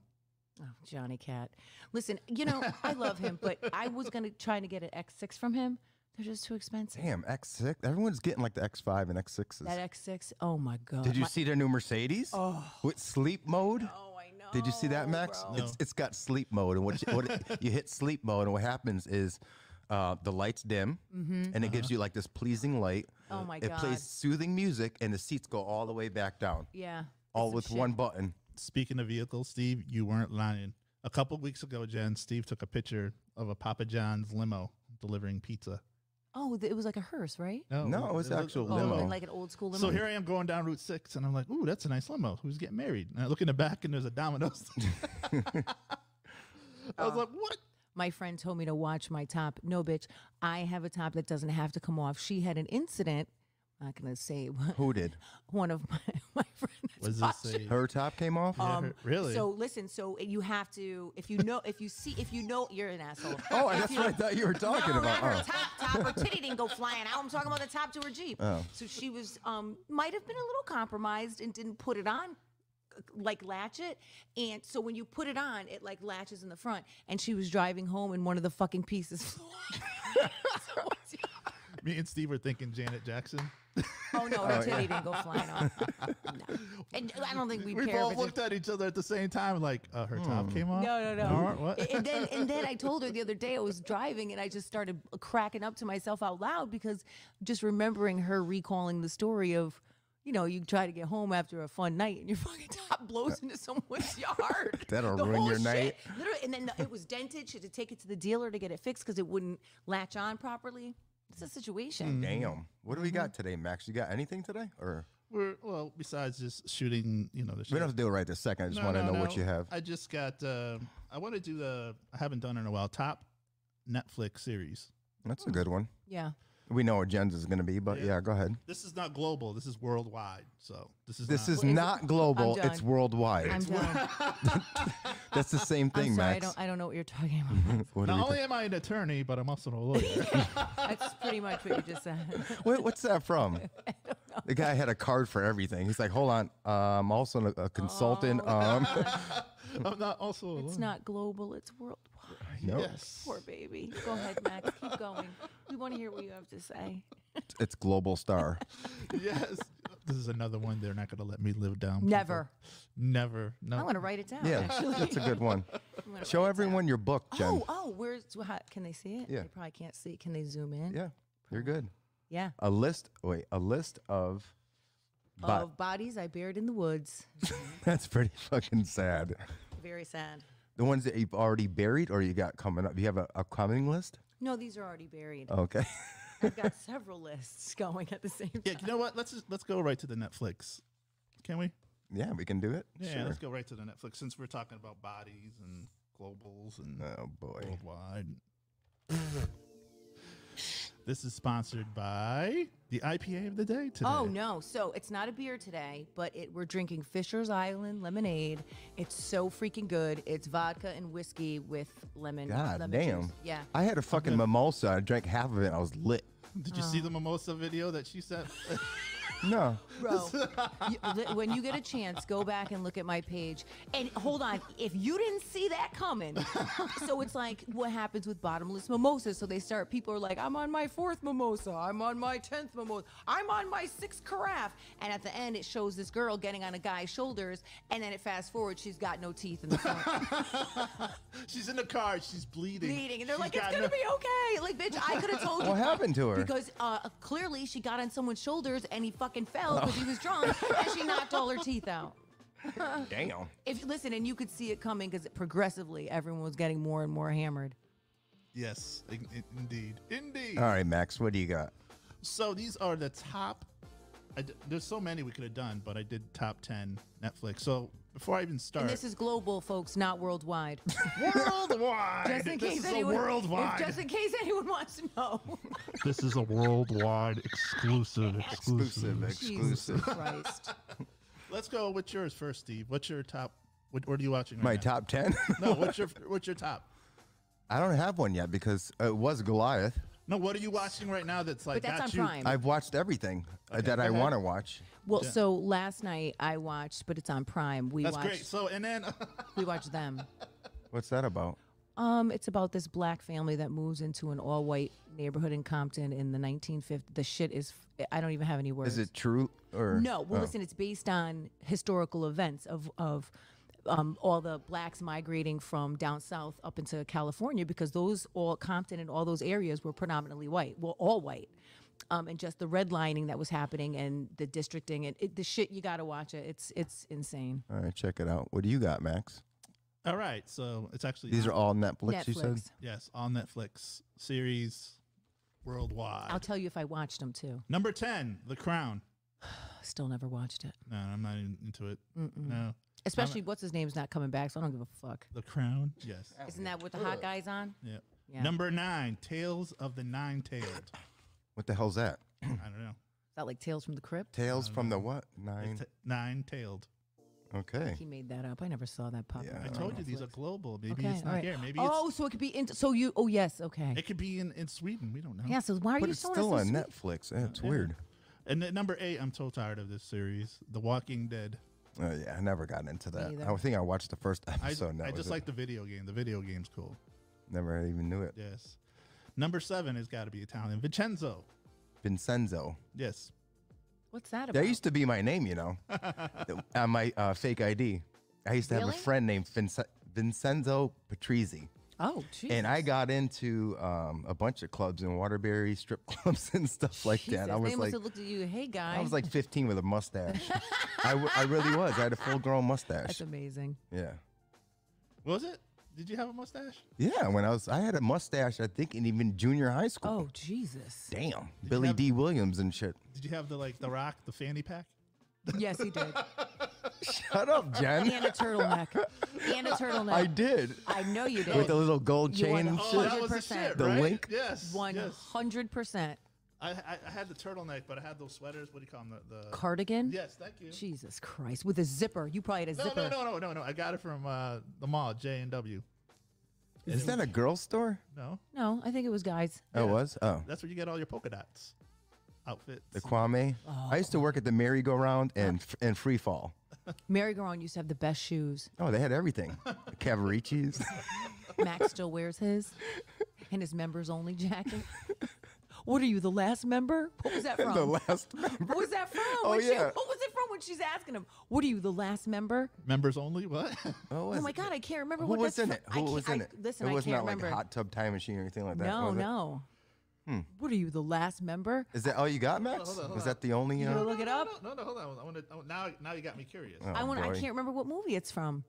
Speaker 6: Oh, Johnny Cat. Listen, you know I love him, but I was gonna try to get an X six from him. They're just too expensive.
Speaker 3: Damn, X6. Everyone's getting like the X5 and X6s.
Speaker 6: That X six. Oh my god.
Speaker 3: Did you
Speaker 6: my-
Speaker 3: see their new Mercedes? Oh. With sleep mode?
Speaker 6: Oh, I know.
Speaker 3: Did you see that, Max?
Speaker 6: bro.
Speaker 3: It's, it's got sleep mode, and what you, what it- you hit sleep mode, and what happens is uh, the lights dim, and it gives you like this pleasing light.
Speaker 6: Mm-hmm. Oh my
Speaker 3: it
Speaker 6: God.
Speaker 3: plays soothing music, and the seats go all the way back down,
Speaker 6: Yeah.
Speaker 3: all
Speaker 6: some
Speaker 3: with
Speaker 6: shit.
Speaker 3: one button.
Speaker 9: Speaking of vehicles, Steve, you weren't lying. A couple weeks ago, Jen, Steve took a picture of a Papa John's limo delivering pizza.
Speaker 6: Oh, th- it was like a hearse, right?
Speaker 3: No, it was an actual
Speaker 6: Oh,
Speaker 3: limo.
Speaker 6: and like an old school limo.
Speaker 9: So here I am going down Route Six, and I'm like, "Ooh, that's a nice limo. Who's getting married?" And I look in the back, and there's a Domino's. I was like, "What?"
Speaker 6: My friend told me to watch my top. No, bitch, I have a top that doesn't have to come off. She had an incident. I'm not gonna say what-
Speaker 3: Who did?
Speaker 6: one of my my friends.
Speaker 9: What does it
Speaker 6: watched
Speaker 9: say?
Speaker 3: Her top came off.
Speaker 9: her- really?
Speaker 6: So listen. So you have to, if you know, if you see, if you know, you're an asshole.
Speaker 3: oh,
Speaker 6: If
Speaker 3: that's
Speaker 6: you-
Speaker 3: what I thought you were talking
Speaker 6: no,
Speaker 3: about.
Speaker 6: Not her
Speaker 3: Oh.
Speaker 6: top, top. Her titty didn't go flying out. I'm talking about the top to her jeep. So she was, um, might have been a little compromised and didn't put it on, like latch it. And so when you put it on, it like latches in the front. And she was driving home, and one of the fucking pieces. flew off. So it's-
Speaker 9: Me and Steve were thinking Janet Jackson.
Speaker 6: oh no, her titty didn't go flying off. No. And I don't think we,
Speaker 9: We
Speaker 6: care.
Speaker 9: both
Speaker 6: if it's a-
Speaker 9: looked at each other at the same time, like uh, her
Speaker 3: Hmm.
Speaker 9: top came off.
Speaker 6: No, no, no.
Speaker 9: All right, what?
Speaker 6: A- And then and then I told her the other day I was driving and I just started cracking up to myself out loud because just remembering her recalling the story of, you know, you try to get home after a fun night and your fucking top blows into someone's yard.
Speaker 3: That'll
Speaker 6: The
Speaker 3: ruin
Speaker 6: whole
Speaker 3: your
Speaker 6: shit.
Speaker 3: night.
Speaker 6: Literally, and then the- it was dented. She had to take it to the dealer to get it fixed because it wouldn't latch on properly. It's a situation.
Speaker 3: Damn. What do we got today, Max? You got anything today? Or
Speaker 9: We're well, besides just shooting, you know, the
Speaker 3: we
Speaker 9: shit.
Speaker 3: don't have to do it right this second. I just
Speaker 9: No,
Speaker 3: want to
Speaker 9: no,
Speaker 3: know
Speaker 9: no.
Speaker 3: what you have.
Speaker 9: I just got. Uh, I want to do the. I haven't done in a while. Top Netflix series.
Speaker 3: That's a good one.
Speaker 6: Yeah.
Speaker 3: We know what Jen's is going to be, but yeah. go ahead.
Speaker 9: This is not global. This is worldwide. So this is.
Speaker 3: This
Speaker 9: not-
Speaker 3: is not global. It's
Speaker 6: done.
Speaker 3: worldwide.
Speaker 6: I'm done.
Speaker 3: That's the same thing,
Speaker 6: I'm sorry. I
Speaker 3: Max.
Speaker 6: don't, I don't know what you're talking about.
Speaker 3: What are we
Speaker 9: Not
Speaker 3: doing?
Speaker 9: only am I an attorney, but I'm also a lawyer.
Speaker 6: That's pretty much what you just said.
Speaker 3: Wait, what's that from? The guy had a card for everything. He's like, hold on, uh, I'm also a, a consultant. um,
Speaker 9: I'm not also a lawyer.
Speaker 6: It's not global, it's worldwide.
Speaker 3: no,
Speaker 9: Yes.
Speaker 6: Poor baby. Go ahead, Max. Keep going. We want to hear what you have to say.
Speaker 3: it's Global Star.
Speaker 9: yes. This is another one they're not going to let me live down. people.
Speaker 6: Never.
Speaker 9: Never. No.
Speaker 6: I want to write it down.
Speaker 3: Yeah,
Speaker 6: Actually.
Speaker 3: that's a good one. Show everyone your book, Jen.
Speaker 6: Oh, oh, where's so how, can they see it?
Speaker 3: Yeah.
Speaker 6: They probably can't see. Can they zoom in?
Speaker 3: Yeah, you're good.
Speaker 6: Yeah.
Speaker 3: A list. Wait, a list of. But
Speaker 6: of bodies I buried in the woods.
Speaker 3: that's pretty fucking sad.
Speaker 6: Very sad.
Speaker 3: The ones that you've already buried or you got coming up. You have a upcoming list.
Speaker 6: No, these are already buried.
Speaker 3: Okay.
Speaker 6: I've got several lists going at the same time.
Speaker 9: Yeah. You know what? Let's just, let's go right to the Netflix. Can we?
Speaker 3: yeah, we can do it.
Speaker 9: Yeah. Let's go right to the Netflix since we're talking about bodies and globals and
Speaker 3: Oh boy.
Speaker 9: worldwide. this is sponsored by the IPA of the day today.
Speaker 6: Oh no! So it's not a beer today, but it, we're drinking Fisher's Island lemonade. It's so freaking good. It's vodka and whiskey with lemon.
Speaker 3: God
Speaker 6: lemon
Speaker 3: damn.
Speaker 6: juice. Yeah.
Speaker 3: I had a fucking mimosa. I drank half of it. I was lit.
Speaker 9: Did you
Speaker 6: Uh.
Speaker 9: see the mimosa video that she sent?
Speaker 3: No.
Speaker 6: Bro, you- li- when you get a chance, go back and look at my page. And hold on, if you didn't see that coming, so it's like what happens with bottomless mimosas. So they start, people are like, I'm on my fourth mimosa, I'm on my tenth mimosa, I'm on my sixth carafe. And at the end, it shows this girl getting on a guy's shoulders, and then it fast forward, she's got no teeth in the front.
Speaker 9: she's in the car. She's bleeding.
Speaker 6: bleeding, and they're
Speaker 9: She's
Speaker 6: like, "It's
Speaker 9: got
Speaker 6: gonna
Speaker 9: no-
Speaker 6: be okay." Like, bitch, I could have told you.
Speaker 3: What happened to her?
Speaker 6: Because uh, clearly she got on someone's shoulders and he fucking fell because he was drunk, and she knocked all her teeth out. Oh.
Speaker 3: Damn.
Speaker 6: If listen, and you could see it coming because progressively everyone was getting more and more hammered.
Speaker 9: Yes, in- in- indeed, indeed.
Speaker 3: All right, Max, what do you got?
Speaker 9: So these are the top. I d- there's so many we could have done, but I did top ten Netflix. So before I even start,
Speaker 6: And this is global, folks, not worldwide.
Speaker 9: worldwide.
Speaker 6: Just in
Speaker 9: this
Speaker 6: case
Speaker 9: is
Speaker 6: anyone,
Speaker 9: a
Speaker 6: if-
Speaker 9: worldwide.
Speaker 6: Just in case anyone wants to know.
Speaker 9: this is a worldwide exclusive.
Speaker 3: Exclusive,
Speaker 6: Jesus
Speaker 3: exclusive.
Speaker 6: Christ.
Speaker 9: Let's go. What's yours first, Steve? What's your top? What, what are you watching? Right
Speaker 3: My
Speaker 9: now?
Speaker 3: top 10?
Speaker 9: No, what's your what's your top?
Speaker 3: I don't have one yet because it was Goliath.
Speaker 9: No, what are you watching right now? That's like
Speaker 6: But that's
Speaker 9: got
Speaker 6: on
Speaker 9: you.
Speaker 6: Prime.
Speaker 3: I've watched everything uh, that I want to watch.
Speaker 6: Well, so last night I watched, but it's on Prime. We
Speaker 9: That's
Speaker 6: watched
Speaker 9: great. So and then
Speaker 6: we watched them.
Speaker 3: What's that about?
Speaker 6: Um, it's about this black family that moves into an all-white neighborhood in Compton in the 1950s. The shit is I don't even have any words.
Speaker 3: Is it true or
Speaker 6: No, well,
Speaker 3: Oh.
Speaker 6: listen, it's based on historical events of of um, all the blacks migrating from down south up into California because those all Compton and all those areas were predominantly white, well, all white, um, and just the redlining that was happening and the districting and it, the shit you got to watch it. It's it's insane.
Speaker 3: All right, check it out. What do you got, Max?
Speaker 9: all right. So it's actually
Speaker 3: These are all Netflix, you said?
Speaker 6: Netflix.
Speaker 9: yes on Netflix series worldwide.
Speaker 6: I'll tell you if I watched them too.
Speaker 9: Number ten, The Crown.
Speaker 6: Still never watched it.
Speaker 9: No, I'm not in- into it. No,
Speaker 6: Especially what's his name's not coming back, so I don't give a fuck.
Speaker 9: The Crown. Yes.
Speaker 6: Isn't that what the hot guy's on?
Speaker 9: Yeah.
Speaker 6: Yeah.
Speaker 9: Number nine, Tales of the Nine Tailed.
Speaker 3: What the hell's that?
Speaker 9: I don't know.
Speaker 6: Is that like Tales from the Crypt?
Speaker 3: Tales from the what? Nine.
Speaker 9: It's t- nine tailed.
Speaker 3: Okay.
Speaker 6: He made that up. I never saw that pop.
Speaker 3: Yeah,
Speaker 6: up
Speaker 3: I
Speaker 9: I
Speaker 6: on
Speaker 9: told you these
Speaker 6: Netflix.
Speaker 9: are global. Maybe
Speaker 6: Okay,
Speaker 9: it's not
Speaker 6: alright.
Speaker 9: here. Maybe
Speaker 6: oh, so it could be in. So you. Oh yes. Okay.
Speaker 9: it's, it could be in, in Sweden. We don't know.
Speaker 6: yeah. So why are
Speaker 3: But
Speaker 6: you
Speaker 3: it's
Speaker 6: showing
Speaker 3: still
Speaker 6: us
Speaker 3: on
Speaker 6: this week?
Speaker 3: Netflix. Yeah, it's weird.
Speaker 9: And at number eight, I'm so tired of this series, The Walking Dead.
Speaker 3: Oh yeah, I never got into that.
Speaker 6: either.
Speaker 3: I think I watched the first
Speaker 9: I,
Speaker 3: episode. and that
Speaker 9: I
Speaker 3: was
Speaker 9: just
Speaker 3: it.
Speaker 9: like the video game. The video game's cool.
Speaker 3: never even knew it.
Speaker 9: Yes. Number seven has got to be Italian. Vincenzo.
Speaker 3: Vincenzo.
Speaker 9: Yes.
Speaker 6: What's that about?
Speaker 3: That used to be my name, you know, on my uh, fake ID. I used to have
Speaker 6: Really?
Speaker 3: a friend named Vince- Vincenzo Patrizzi.
Speaker 6: oh, jeez.
Speaker 3: And I got into um, a bunch of clubs in Waterbury, strip clubs, and stuff like
Speaker 6: Jesus,
Speaker 3: that. I was
Speaker 6: they must
Speaker 3: like,
Speaker 6: have looked at you. Hey, guys.
Speaker 3: I was like 15 with a mustache. I, w- I really was. I had a full-grown mustache.
Speaker 6: That's amazing.
Speaker 3: yeah,
Speaker 9: Was it? Did you have a mustache?
Speaker 3: yeah. When I was, I had a mustache. I think in even junior high school.
Speaker 6: Oh, Jesus.
Speaker 3: damn, Billy D. Williams and shit.
Speaker 9: Did you have the like the rock, the fanny pack?
Speaker 6: Yes, he did.
Speaker 3: Shut up, Jen.
Speaker 6: and a turtleneck. And a turtleneck.
Speaker 3: I did
Speaker 6: I know you did.
Speaker 3: with the little gold
Speaker 6: You
Speaker 3: chain
Speaker 6: wanna-
Speaker 3: and
Speaker 6: Oh,
Speaker 3: shit.
Speaker 9: that was the
Speaker 6: 100%.
Speaker 9: shit,
Speaker 3: The
Speaker 9: right?
Speaker 3: link?
Speaker 9: Yes.
Speaker 6: One
Speaker 9: yes.
Speaker 6: hundred percent
Speaker 9: I, I, I had the turtleneck, but I had those sweaters. What do you call them? The, the
Speaker 6: cardigan.
Speaker 9: Yes, thank you.
Speaker 6: Jesus Christ, with a zipper. You probably had a
Speaker 9: no,
Speaker 6: zipper.
Speaker 9: no, no, no, no, no. I got it from uh, the mall, J and W.
Speaker 3: Is that a girl store?
Speaker 9: No,
Speaker 6: No, I think it was guys.
Speaker 3: Oh, it was. Oh,
Speaker 9: that's where you get all your polka dots outfits.
Speaker 3: the Kwame. I used to work at the merry-go-round and f- and free fall.
Speaker 6: Mary Garon used to have the best shoes.
Speaker 3: Oh, they had everything. Cavaricis.
Speaker 6: Max still wears his and his members only jacket. What are you, the last member? What was that from?
Speaker 3: the last member.
Speaker 6: What was that from?
Speaker 3: Oh,
Speaker 6: When she-
Speaker 3: yeah.
Speaker 6: what was it from when she's asking him? What are you, the last member?
Speaker 9: Members only. What?
Speaker 3: What was
Speaker 6: oh my
Speaker 3: it?
Speaker 6: God, I can't remember
Speaker 3: Who
Speaker 6: what
Speaker 3: was
Speaker 6: that's from.
Speaker 3: in it?
Speaker 6: I
Speaker 3: Who
Speaker 6: can't-
Speaker 3: was in
Speaker 6: I-
Speaker 3: it?
Speaker 6: Listen,
Speaker 3: it
Speaker 6: I
Speaker 3: was
Speaker 6: can't
Speaker 3: not like
Speaker 6: remember.
Speaker 3: a hot tub time machine or anything like that.
Speaker 6: no,
Speaker 3: was it? Hmm.
Speaker 6: no. What are you, the last member?
Speaker 3: Is that all you got, Max? was that the only?
Speaker 6: You
Speaker 3: uh,
Speaker 6: gonna look it up?
Speaker 9: no, no, hold on. I want to. Now, now you got me curious.
Speaker 3: oh,
Speaker 6: I want. I
Speaker 3: boy.
Speaker 6: can't remember what movie it's from.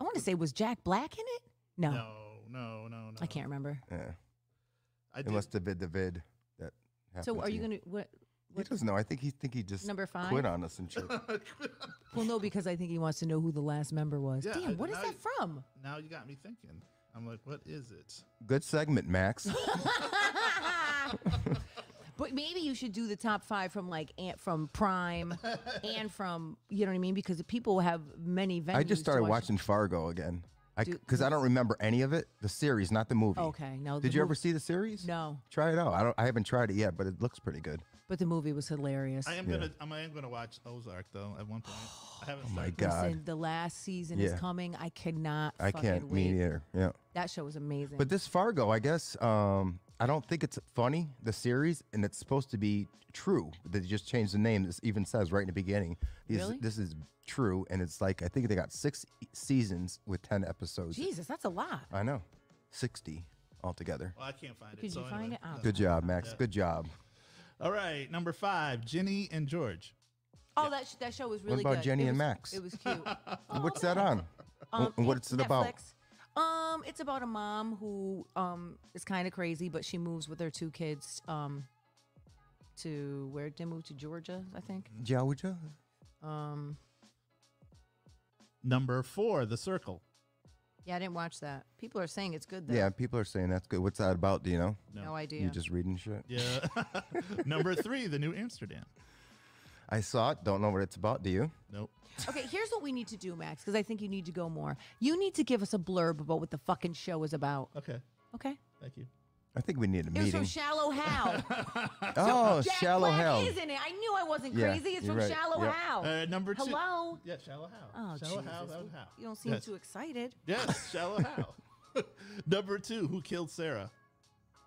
Speaker 6: I want to say was Jack Black in it? No,
Speaker 9: No, no, no, no.
Speaker 6: I can't remember.
Speaker 3: Yeah.
Speaker 9: I
Speaker 3: It
Speaker 9: did-
Speaker 3: must have been the vid that happened.
Speaker 6: So are
Speaker 3: to
Speaker 6: you
Speaker 3: you
Speaker 6: gonna what?
Speaker 3: He
Speaker 6: what
Speaker 3: doesn't know. I think he think he just
Speaker 6: Number five?
Speaker 3: quit on us and shit.
Speaker 6: well, no, because I think he wants to know who the last member was.
Speaker 9: Yeah, I-
Speaker 6: Damn, what is
Speaker 9: now
Speaker 6: that
Speaker 9: you-
Speaker 6: from?
Speaker 9: Now you got me thinking. I'm like, what is it?
Speaker 3: Good segment, Max.
Speaker 6: But maybe you should do the top five from like and from Prime and from you know what I mean because people have many venues.
Speaker 3: I just
Speaker 6: to
Speaker 3: started
Speaker 6: watch-
Speaker 3: watching Fargo again. I
Speaker 6: Do-
Speaker 3: because I don't remember any of it. The series, not the movie.
Speaker 6: Okay, no. the
Speaker 3: Did you ever
Speaker 6: mov-
Speaker 3: see the series?
Speaker 6: No,
Speaker 3: Try it out. I don't. I haven't tried it yet, but it looks pretty good.
Speaker 6: but the movie was hilarious.
Speaker 9: I am gonna. I'm, I am gonna watch Ozark though. At one point, I haven't.
Speaker 3: Oh my
Speaker 9: started.
Speaker 3: god.
Speaker 6: Listen, the last season
Speaker 3: Yeah.
Speaker 6: is coming. I cannot.
Speaker 3: I
Speaker 6: fucking
Speaker 3: can't.
Speaker 6: Wait.
Speaker 3: Me neither. Yeah.
Speaker 6: That show was amazing.
Speaker 3: But this Fargo, I guess, um, I don't think it's funny, the series, and it's supposed to be true. They just changed the name. This even says right in the beginning. This,
Speaker 6: Really?
Speaker 3: this is true. And it's like, I think they got six e- seasons with 10 episodes.
Speaker 6: Jesus, that's a lot.
Speaker 3: I know. 60 altogether.
Speaker 9: Well, I can't find it.
Speaker 6: Could
Speaker 9: so
Speaker 6: you find
Speaker 9: anyway.
Speaker 6: it? Oh. I don't
Speaker 3: Good
Speaker 6: know.
Speaker 3: job, Max. Good job.
Speaker 9: All right, number five, Ginny and George.
Speaker 6: Oh, that sh- that show was really.
Speaker 3: about
Speaker 6: good.
Speaker 3: Jenny
Speaker 6: It
Speaker 3: and
Speaker 6: was-
Speaker 3: Max?
Speaker 6: It was cute.
Speaker 3: What's that on?
Speaker 6: Um,
Speaker 3: and what's it about?
Speaker 6: about? Um, it's about a mom who um is kind of crazy, but she moves with her two kids um to where did they move to Georgia, I think.
Speaker 3: Georgia? Mm-hmm.
Speaker 6: Um,
Speaker 9: Number four, The Circle.
Speaker 6: yeah, I didn't watch that. People are saying it's good though.
Speaker 3: Yeah, people are saying that's good. What's that about? Do you know?
Speaker 6: no,
Speaker 9: No.
Speaker 6: idea.
Speaker 3: You just reading shit?
Speaker 9: Yeah. number three, The New Amsterdam.
Speaker 3: I saw it. Don't know what it's about. Do you?
Speaker 9: Nope.
Speaker 6: Okay, here's what we need to do, Max, because I think you need to go more. You need to give us a blurb about what the fucking show is about.
Speaker 9: Okay.
Speaker 6: Okay.
Speaker 9: Thank you.
Speaker 3: I think we need a
Speaker 6: It was
Speaker 3: meeting.
Speaker 6: from Shallow Hal.
Speaker 3: oh,
Speaker 6: Jack
Speaker 3: Shallow
Speaker 6: Black
Speaker 3: Hell.
Speaker 6: is in it. I knew I wasn't
Speaker 3: Yeah,
Speaker 6: crazy. It's
Speaker 3: you're
Speaker 6: from
Speaker 3: right.
Speaker 6: Shallow
Speaker 3: Yep.
Speaker 6: How.
Speaker 9: Uh, number two.
Speaker 6: Hello.
Speaker 9: Yeah, Shallow How.
Speaker 6: Oh,
Speaker 9: Shallow
Speaker 6: Jesus.
Speaker 9: How, that was How.
Speaker 6: You don't seem
Speaker 9: yes.
Speaker 6: too excited.
Speaker 9: Yes, Shallow How. number two, Who Killed Sarah?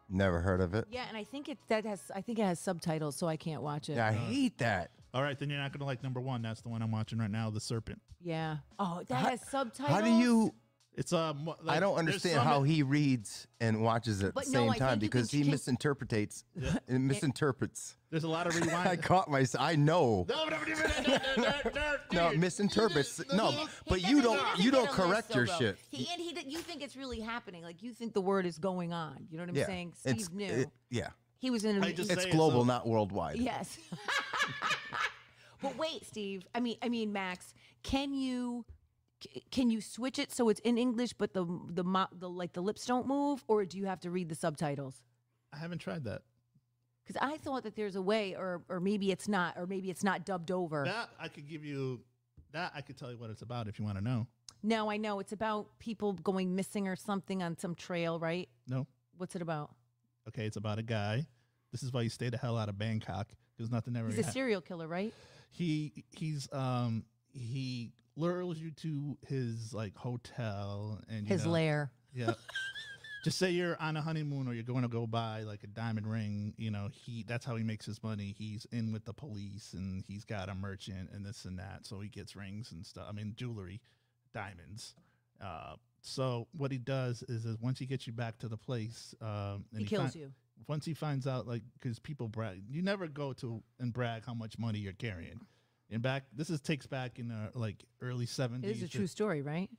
Speaker 3: Never heard of it.
Speaker 6: Yeah, and I think it that has I think it has subtitles, so I can't watch it.
Speaker 3: Yeah, I hate that.
Speaker 9: All right, then you're not going to like number one. That's the one I'm watching right now, The Serpent.
Speaker 6: Yeah. Oh, that has subtitles.
Speaker 3: How do you?
Speaker 9: It's uh, mo-
Speaker 3: I
Speaker 9: like,
Speaker 3: don't
Speaker 9: there's
Speaker 3: understand
Speaker 9: some-
Speaker 3: how he reads and watches at
Speaker 6: But
Speaker 3: the
Speaker 6: no,
Speaker 3: same
Speaker 6: I
Speaker 3: time
Speaker 6: think you
Speaker 3: because
Speaker 6: can-
Speaker 3: he
Speaker 6: can-
Speaker 3: misinterpretates and misinterprets.
Speaker 9: There's a lot of rewind.
Speaker 3: I caught myself. I know.
Speaker 9: No, no, no, no, no, no, no,
Speaker 3: No,
Speaker 9: dude.
Speaker 3: misinterprets. No,
Speaker 6: He
Speaker 3: but
Speaker 6: doesn't-
Speaker 3: you
Speaker 6: he
Speaker 3: don't.
Speaker 6: doesn't
Speaker 3: You
Speaker 6: get
Speaker 3: don't
Speaker 6: a list,
Speaker 3: correct your
Speaker 6: though,
Speaker 3: shit.
Speaker 6: He, and he d- you think it's really happening. Like you think the word is going on. You know what I'm
Speaker 3: Yeah,
Speaker 6: saying? Steve
Speaker 3: it's
Speaker 6: knew.
Speaker 3: it- yeah.
Speaker 6: he was in a
Speaker 9: I just
Speaker 3: It's
Speaker 9: say
Speaker 3: global,
Speaker 9: so.
Speaker 3: not worldwide.
Speaker 6: Yes. but wait, Steve. I mean I mean Max, can you c- can you switch it so it's in English but the the mo- the like the lips don't move or do you have to read the subtitles?
Speaker 9: I haven't tried that.
Speaker 6: Cuz I thought that there's a way or or maybe it's not or maybe it's not dubbed over.
Speaker 9: That I could give you. That I could tell you what it's about if you want to know.
Speaker 6: No, I know it's about people going missing or something on some trail, right?
Speaker 9: No.
Speaker 6: What's it about?
Speaker 9: Okay, it's about a guy. This is why you stay the hell out of Bangkok because nothing ever.
Speaker 6: He's a
Speaker 9: hap-
Speaker 6: serial killer, right?
Speaker 9: he he's um he lures you to his like hotel and you
Speaker 6: His
Speaker 9: know,
Speaker 6: lair.
Speaker 9: Yeah. Just say you're on a honeymoon or you're going to go buy like a diamond ring, you know, he that's how he makes his money. He's in with the police and he's got a merchant and this and that. So he gets rings and stuff. I mean jewelry, diamonds. Uh so what he does is, is once he gets you back to the place, um, and
Speaker 6: He kills
Speaker 9: fin-
Speaker 6: you.
Speaker 9: Once he finds out, like, because people brag, you never go to and brag how much money you're carrying. And back, this is takes back in the like early
Speaker 6: It
Speaker 9: seventies
Speaker 6: is a true story, right?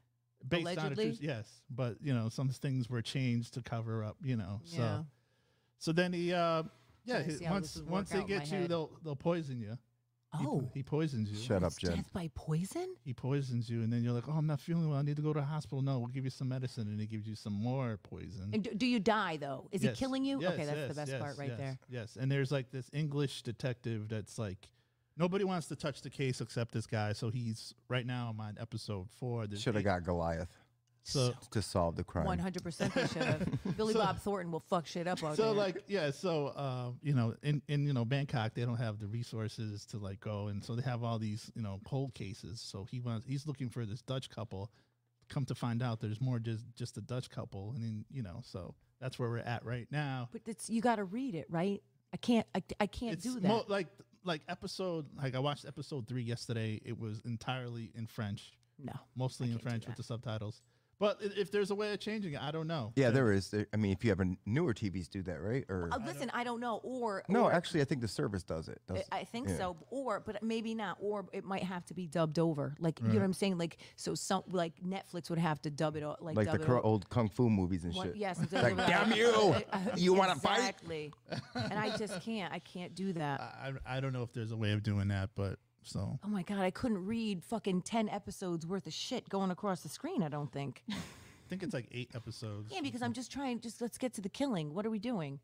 Speaker 9: based on
Speaker 6: Allegedly?
Speaker 9: it, yes. But you know, some things were changed to cover up. You know,
Speaker 6: Yeah.
Speaker 9: so so then he, uh, yeah,
Speaker 6: Trying to
Speaker 9: he-
Speaker 6: see how
Speaker 9: once
Speaker 6: this would work
Speaker 9: once they
Speaker 6: out in
Speaker 9: get
Speaker 6: my
Speaker 9: you,
Speaker 6: head.
Speaker 9: they'll they'll poison you. He-
Speaker 6: Oh.
Speaker 9: he, Mm. poisons you.
Speaker 3: Shut up, Jen.
Speaker 6: Death by poison?
Speaker 9: He poisons you, and then you're like, "Oh, I'm not feeling well. I need to go to the hospital." No, we'll give you some medicine, and he gives you some more poison.
Speaker 6: And do, do you die though? Is
Speaker 9: Yes,
Speaker 6: he killing you? okay,
Speaker 9: yes,
Speaker 6: that's the
Speaker 9: yes,
Speaker 6: best
Speaker 9: yes,
Speaker 6: part right
Speaker 9: yes,
Speaker 6: there.
Speaker 9: Yes, and there's like this English detective that's like. Nobody wants to touch the case except this guy. So he's right now. I'm on episode four. There's
Speaker 3: Should have
Speaker 9: eight-
Speaker 3: got Goliath
Speaker 9: so
Speaker 3: to solve the crime.
Speaker 6: One hundred percent, they should have. Billy
Speaker 9: So-
Speaker 6: Bob Thornton will fuck shit up. Out
Speaker 9: so
Speaker 6: there.
Speaker 9: like yeah so uh, you know in, in you know bangkok they don't have the resources to like go and so they have all these you know cold cases so he wants he's looking for this dutch couple come to find out there's more just just a dutch couple and then you know so that's where we're at right now
Speaker 6: but it's you got to read it, right? I can't. I, I can't do that.
Speaker 9: mo- like like episode like i watched episode three yesterday it was entirely in french
Speaker 6: no,
Speaker 9: mostly in
Speaker 6: can't do
Speaker 9: french
Speaker 6: that.
Speaker 9: with the subtitles but i- if there's a way of changing it i don't know
Speaker 3: yeah, there is. There, I mean, if you have a n- newer TVs do that, right? Or
Speaker 6: Uh, listen, I don't know. Or
Speaker 3: no,
Speaker 6: or-
Speaker 3: actually, I think the service does it.
Speaker 6: I-
Speaker 3: does-
Speaker 6: I think
Speaker 3: yeah.
Speaker 6: so, or but maybe not, or it might have to be dubbed over. Like you know what I'm saying? Like so, some like Netflix would have to dub it, o- like,
Speaker 3: Like
Speaker 6: dub
Speaker 3: the
Speaker 6: it
Speaker 3: cr-
Speaker 6: o-
Speaker 3: old kung fu movies and
Speaker 6: What-
Speaker 3: shit.
Speaker 6: Yes, it's
Speaker 3: Like, damn you! You wanna fight?
Speaker 6: Exactly. And I just can't. I can't do that.
Speaker 9: I, I don't know if there's a way of doing that but so
Speaker 6: Oh my god, I couldn't read fucking ten episodes worth of shit going across the screen. I don't think.
Speaker 9: I think it's like eight episodes.
Speaker 6: yeah, because I'm just trying. Just let's get to the killing. What are we doing?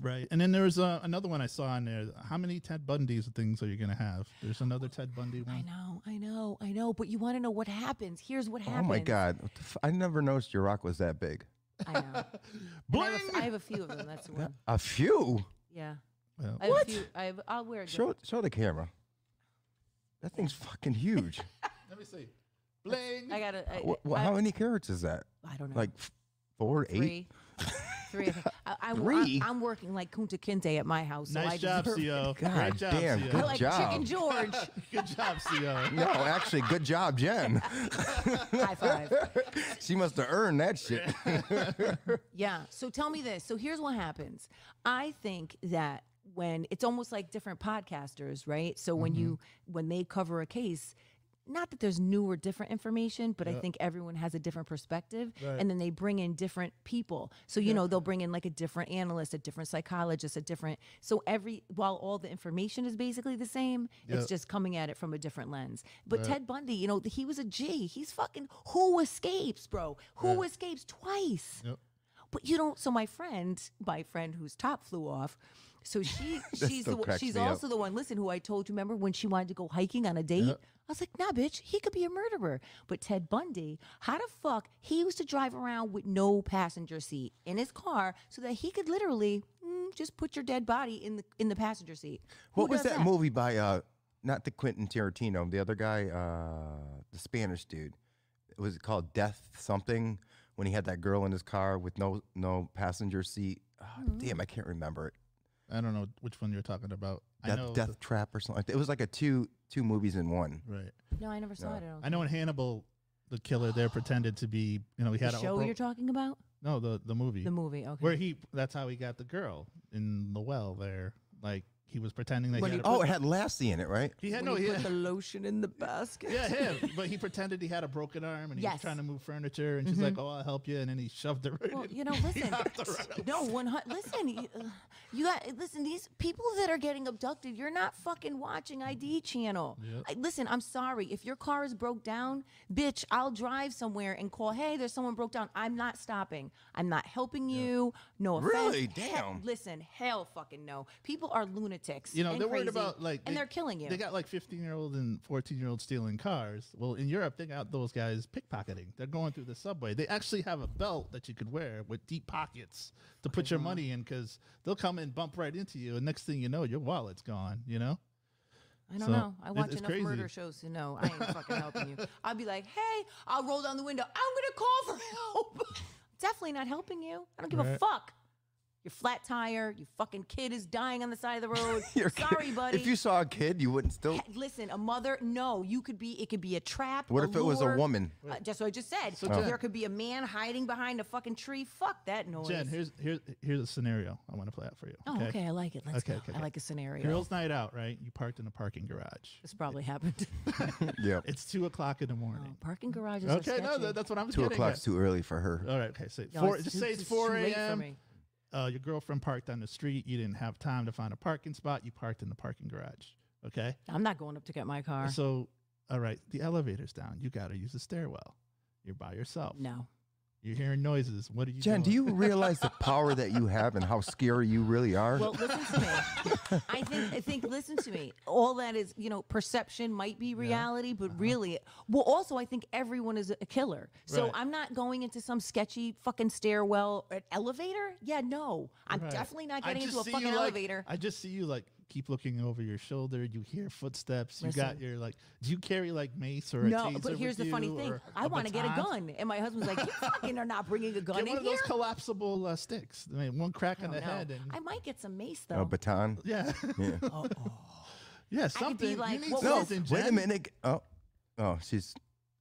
Speaker 9: Right. And then there's uh, another one I saw in there. How many Ted Bundy's things are you going to have? There's another Ted Bundy
Speaker 6: I
Speaker 9: one.
Speaker 6: know, I know, I know. But you want to know what happens? Here's what
Speaker 3: Oh
Speaker 6: happens.
Speaker 3: my god, what the f- I never noticed your rock was that big.
Speaker 6: I know. And I, have a, f- I have a few of them. That's the one.
Speaker 3: A few.
Speaker 6: Yeah.
Speaker 9: Well,
Speaker 6: I have what? A few, I have, I'll wear it.
Speaker 3: Show show the camera. That thing's fucking huge.
Speaker 9: Let me see. Bling.
Speaker 6: I gotta. I,
Speaker 3: Wha wha-
Speaker 6: I,
Speaker 3: how many carrots is that?
Speaker 6: I don't know.
Speaker 3: Like f- four, eight?
Speaker 6: three. Three. I think. I, I'm,
Speaker 3: Three?
Speaker 6: I, am working like Kunta Kinte at my house. So I
Speaker 9: nice job, E
Speaker 6: deserve-
Speaker 9: CO.
Speaker 3: God
Speaker 9: Great job,
Speaker 3: damn,
Speaker 9: CO.
Speaker 6: We're
Speaker 3: Good
Speaker 6: like Chicken
Speaker 3: job.
Speaker 6: George.
Speaker 9: Good job, E CO.
Speaker 3: No, actually, good job, Jen.
Speaker 6: High five.
Speaker 3: she must have earned that shit.
Speaker 6: Yeah. So tell me this. So here's what happens. I think that when it's almost like different podcasters, right? So when you when they cover a case, not that there's new or different information, but I think everyone has a different perspective and then they bring in different people. So you know, they'll bring in like a different analyst, a different psychologist, a different so every while all the information is basically the same, it's just coming at it from a different lens. But Ted Bundy, you know, he was a G. He's fucking who escapes, bro? Who escapes twice? but you don't. So my friend, my friend whose top flew off, so she she's
Speaker 3: still
Speaker 6: the, one-
Speaker 3: cracks
Speaker 6: she's
Speaker 3: me up.
Speaker 6: also the one. Listen, who I told you remember when she wanted to go hiking on a date. I was like, nah, bitch, he could be a murderer. But Ted Bundy, how the fuck he used to drive around with no passenger seat in his car, so that he could literally mm, just put your dead body in the in the passenger seat. Who
Speaker 3: what was
Speaker 6: does
Speaker 3: that, movie by uh not the Quentin Tarantino, the other guy, uh the Spanish dude. It was called Death Something when he had that girl in his car with no no passenger seat. Oh,
Speaker 6: Mm-hmm.
Speaker 3: Damn, I can't remember it.
Speaker 9: I don't know which one you're talking about. I know.
Speaker 3: Death, Death Trap or something. It was like a two two movies in one.
Speaker 9: the- right.
Speaker 6: No, I never saw it. I don't.
Speaker 9: I know in Hannibal, the killer there pretended to be, you know, he had
Speaker 6: the
Speaker 9: a
Speaker 6: show
Speaker 9: bro-
Speaker 6: you're talking about
Speaker 9: No, the, the movie.
Speaker 6: the movie. Okay.
Speaker 9: Where he, that's how he got the girl in the well there. Like, He was pretending that
Speaker 3: When
Speaker 9: he
Speaker 3: you-
Speaker 9: had. a-
Speaker 3: oh, it had Lassie in it, right?
Speaker 9: he had
Speaker 6: When
Speaker 9: no.
Speaker 6: you
Speaker 9: He
Speaker 6: put the
Speaker 9: had,
Speaker 6: lotion in the basket.
Speaker 9: yeah, him. But he pretended he had a broken arm and he
Speaker 6: Yes. Mm-hmm.
Speaker 9: was trying to move furniture. And she's like, "Oh, I'll help you," and then he shoved her. Right
Speaker 6: Well,
Speaker 9: in.
Speaker 6: you know,
Speaker 9: He
Speaker 6: listen.
Speaker 9: knocked her out.
Speaker 6: No, one hundred. Listen, you, ugh, you got listen. These people that are getting abducted, you're not fucking watching ID Channel. I, listen, I'm sorry. If your car is broke down, bitch, I'll drive somewhere and call. Hey, there's someone broke down. I'm not stopping. I'm not helping you. No offense.
Speaker 3: Really?
Speaker 6: He-
Speaker 3: Damn.
Speaker 6: listen, hell, fucking no. People are lunatics.
Speaker 9: You know,
Speaker 6: and
Speaker 9: they're worried
Speaker 6: crazy,
Speaker 9: about like
Speaker 6: and
Speaker 9: they-
Speaker 6: they, are killing you.
Speaker 9: They got like 15 year old and 14 year old stealing cars. Well, in Europe, they got those guys pickpocketing. They're going through the subway. They actually have a belt that you could wear with deep pockets to put your money in because they'll come and bump right into you. And next thing you know, your wallet's gone, you know?
Speaker 6: I don't
Speaker 9: So,
Speaker 6: know. I
Speaker 9: it-
Speaker 6: watch
Speaker 9: it's
Speaker 6: enough murder
Speaker 9: crazy.
Speaker 6: shows to know I ain't fucking helping you. I'll be like, hey, I'll roll down the window. I'm gonna call for help. Definitely not helping you. I don't give a
Speaker 9: Right.
Speaker 6: fuck. Your flat tire, your fucking kid is dying on the side of the road.
Speaker 3: Your kid-
Speaker 6: Sorry, buddy.
Speaker 3: If you saw a kid, you wouldn't still.
Speaker 6: He- Listen, a mother, no, you could be, it could be a trap.
Speaker 3: What if it was a
Speaker 6: lure.
Speaker 3: woman?
Speaker 6: Uh, that's what I just said.
Speaker 9: So, Oh. Jen-
Speaker 6: There could be a man hiding behind a fucking tree. Fuck that noise.
Speaker 9: Jen, here's, here's, here's a scenario I want to play out for you.
Speaker 6: oh, okay. I like it. Let's
Speaker 9: Okay,
Speaker 6: go.
Speaker 9: okay,
Speaker 6: I
Speaker 9: okay.
Speaker 6: like a scenario.
Speaker 9: Girls' night out, right? You parked in a parking garage.
Speaker 6: This probably happened.
Speaker 3: Yeah.
Speaker 9: It's two o'clock in the morning.
Speaker 6: Oh, parking garages are
Speaker 9: okay, no,
Speaker 6: sketchy.
Speaker 9: that, that's what I'm
Speaker 3: Two
Speaker 9: getting
Speaker 3: o'clock's
Speaker 9: at.
Speaker 3: too early for her.
Speaker 9: All right, okay. So
Speaker 6: No,
Speaker 9: four,
Speaker 6: it's
Speaker 9: just
Speaker 6: too-
Speaker 9: say it's
Speaker 6: too
Speaker 9: 4
Speaker 6: late for
Speaker 9: a.m.
Speaker 6: me.
Speaker 9: uh, your girlfriend parked on the street. You didn't have time to find a parking spot. You parked in the parking garage. Okay.
Speaker 6: I'm not going up to get my car.
Speaker 9: So, all right, the elevator's down. You got to use the stairwell. You're by yourself.
Speaker 6: No.
Speaker 9: You're hearing noises. What are you
Speaker 3: Jen, do you
Speaker 9: doing?
Speaker 3: realize the power that you have and how scary you really are?
Speaker 6: Well, listen to me. I think I think listen to me. All that is, you know, perception might be reality,
Speaker 9: Uh-huh.
Speaker 6: but really, well, also I think everyone is a killer. So
Speaker 9: Right.
Speaker 6: I'm not going into some sketchy fucking stairwell or elevator. Yeah, no, I'm
Speaker 9: Right.
Speaker 6: definitely not
Speaker 9: I
Speaker 6: getting
Speaker 9: just
Speaker 6: into a
Speaker 9: see you,
Speaker 6: fucking
Speaker 9: like-
Speaker 6: elevator.
Speaker 9: I just see you like keep looking over your shoulder. You hear footsteps. You got
Speaker 6: Listen.
Speaker 9: your like. Do you carry like mace or a
Speaker 6: no,
Speaker 9: taser
Speaker 6: but here's
Speaker 9: with
Speaker 6: the funny
Speaker 9: you
Speaker 6: thing.
Speaker 9: or
Speaker 6: I want to get a
Speaker 9: baton?
Speaker 6: gun, and my husband's like, "You fucking are not bringing a gun
Speaker 9: Get
Speaker 6: in
Speaker 9: one of
Speaker 6: here."
Speaker 9: those collapsible uh, sticks. I mean, one crack
Speaker 6: I
Speaker 9: on the
Speaker 6: don't know.
Speaker 9: head and
Speaker 6: I might get some mace though.
Speaker 3: a baton.
Speaker 9: yeah,
Speaker 3: Yeah.
Speaker 9: yeah,
Speaker 6: could be
Speaker 9: something.
Speaker 6: like,
Speaker 9: you need
Speaker 6: what
Speaker 3: No,
Speaker 6: was-
Speaker 9: something,
Speaker 3: wait a
Speaker 9: Jen.
Speaker 3: minute. Oh, oh, she's.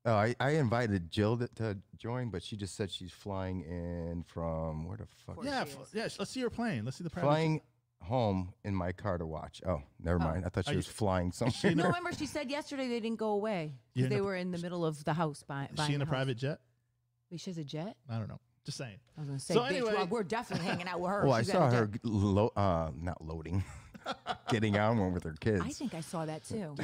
Speaker 3: Oh, I, I invited Jill to, to join, but she just said she's flying in from where the fuck?
Speaker 6: course
Speaker 9: Yeah,
Speaker 6: she
Speaker 9: fl-
Speaker 6: is.
Speaker 9: yeah. sh- Let's see your plane. Let's see the private.
Speaker 3: Flying home in my car to watch. Oh, never mind. I thought
Speaker 9: Are
Speaker 3: she
Speaker 9: you-
Speaker 3: was flying
Speaker 9: she
Speaker 3: somewhere.
Speaker 9: in
Speaker 6: no, remember she said yesterday they didn't go away because
Speaker 9: You're in
Speaker 6: they
Speaker 9: a-
Speaker 6: were in the middle of the house buying.
Speaker 9: Is she in a private jet?
Speaker 6: Wait, she has a jet.
Speaker 9: I don't know. Just saying.
Speaker 6: I was gonna say,
Speaker 9: So
Speaker 6: bitch,
Speaker 9: anyway-
Speaker 6: well, we're definitely hanging out with her.
Speaker 3: oh, I
Speaker 6: She's got
Speaker 3: saw
Speaker 6: a
Speaker 3: her
Speaker 6: jet.
Speaker 3: g- lo- uh, not loading, getting on one with her kids.
Speaker 6: I think I saw that too.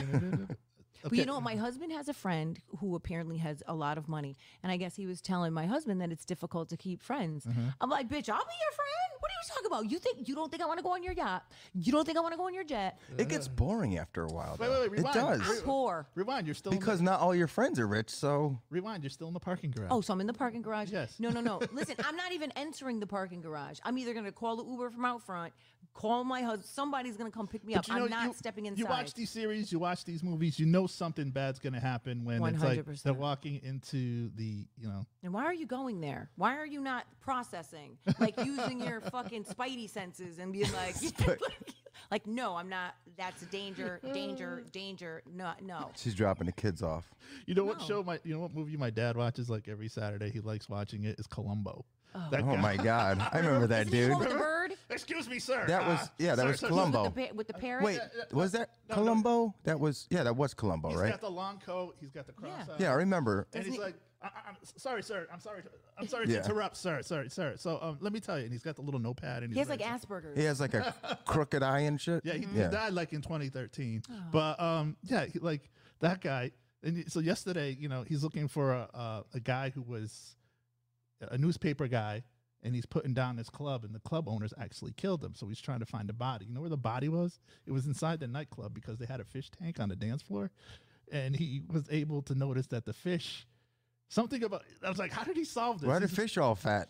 Speaker 6: But you know what? My husband has a friend who apparently has a lot of money, and I guess he was telling my husband that it's difficult to keep friends.
Speaker 9: Mm-hmm.
Speaker 6: I'm like, bitch, I'll be your friend. What are you talking about? You think you don't think I want to go on your yacht? You don't think I want to go on your jet?
Speaker 3: it gets boring after a while.
Speaker 9: Wait,
Speaker 3: though.
Speaker 9: wait, wait,
Speaker 3: it
Speaker 9: rewind.
Speaker 6: I'm
Speaker 3: does
Speaker 6: poor.
Speaker 9: Rewind. You're still
Speaker 3: because
Speaker 9: in
Speaker 3: not all your friends are rich. So
Speaker 9: the, rewind. You're still in the parking garage.
Speaker 6: Oh, so I'm in the parking garage?
Speaker 9: Yes.
Speaker 6: No, no, no. Listen, I'm not even entering the parking garage. I'm either going to call the Uber from out front, call my husband. Somebody's going to come pick me up.
Speaker 9: But you know,
Speaker 6: I'm not
Speaker 9: you-
Speaker 6: stepping inside.
Speaker 9: You watch these series. You watch these movies. You know something bad's gonna happen when it's like they're
Speaker 6: 100%.
Speaker 9: walking into the. You know.
Speaker 6: And why are you going there? Why are you not processing? Like using your fucking spidey senses and being like, like, no, I'm not. That's a danger, danger, danger. No, no.
Speaker 3: she's dropping the kids off.
Speaker 9: You know what
Speaker 6: No.
Speaker 9: show my. You know what movie my dad watches like every Saturday. He likes watching it. Is Columbo. That
Speaker 3: Oh
Speaker 9: guy-
Speaker 3: my God, I remember that
Speaker 6: Isn't he the
Speaker 3: dude.
Speaker 6: one with the bird?
Speaker 9: Excuse me, sir.
Speaker 3: That was-
Speaker 9: Ah,
Speaker 3: yeah, that
Speaker 9: sir,
Speaker 3: was
Speaker 9: sir,
Speaker 3: Columbo.
Speaker 6: The, pa-
Speaker 9: Uh,
Speaker 6: with the parrot?
Speaker 3: Wait, was that Columbo? That was yeah, that was Columbo,
Speaker 9: He's
Speaker 3: right?
Speaker 9: got the uh, long coat. He's got the cross.
Speaker 6: Yeah.
Speaker 9: on.
Speaker 3: Yeah, I remember.
Speaker 9: And he's
Speaker 6: Doesn't
Speaker 9: like, I, I- I'm s- sorry, sir. I'm sorry. To, I'm sorry to
Speaker 3: Yeah.
Speaker 9: interrupt, sir. Sorry, sir. So um, let me tell you. And he's got the little notepad. And
Speaker 6: He
Speaker 9: he's
Speaker 6: has like
Speaker 9: so-
Speaker 6: Asperger's.
Speaker 3: He has like a crooked eye and shit.
Speaker 9: Yeah, he, he
Speaker 3: yeah.
Speaker 9: died like in 2013. But um, yeah, he, like that guy. And y- so yesterday, you know, he's looking for a, a a guy who was a newspaper guy, and he's putting down this club, and the club owners actually killed him. So he's trying to find a body. You know where the body was? It was inside the nightclub because they had a fish tank on the dance floor, and he was able to notice that the fish. Something about I was like, how did he solve this?
Speaker 3: Why
Speaker 9: He
Speaker 3: the
Speaker 9: just-
Speaker 3: fish all fat?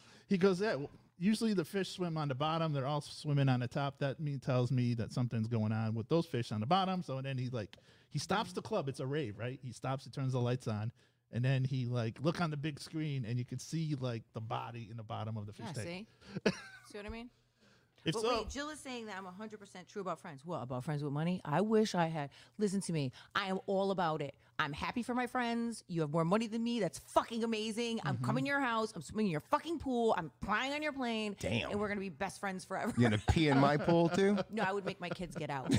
Speaker 9: he goes, yeah. Well, usually the fish swim on the bottom. They're all swimming on the top. That mean tells me that something's going on with those fish on the bottom. So then he like he stops the club. It's a rave, right? He stops. He turns the lights on, and then he like look on the big screen, and you can see like the body in the bottom of the fish
Speaker 6: Yeah,
Speaker 9: tank.
Speaker 6: see? see what I mean?
Speaker 9: If
Speaker 6: but
Speaker 9: so,
Speaker 6: wait, Jill is saying that I'm 100% true about friends. What, about friends with money? I wish I had. Listen to me. I am all about it. I'm happy for my friends. You have more money than me. That's fucking amazing. I'm
Speaker 3: Mm-hmm.
Speaker 6: coming to your house. I'm swimming in your fucking pool. I'm flying on your plane.
Speaker 3: Damn.
Speaker 6: And we're going to be best friends forever.
Speaker 3: You gonna pee in my pool too?
Speaker 6: No, I would make my kids get out.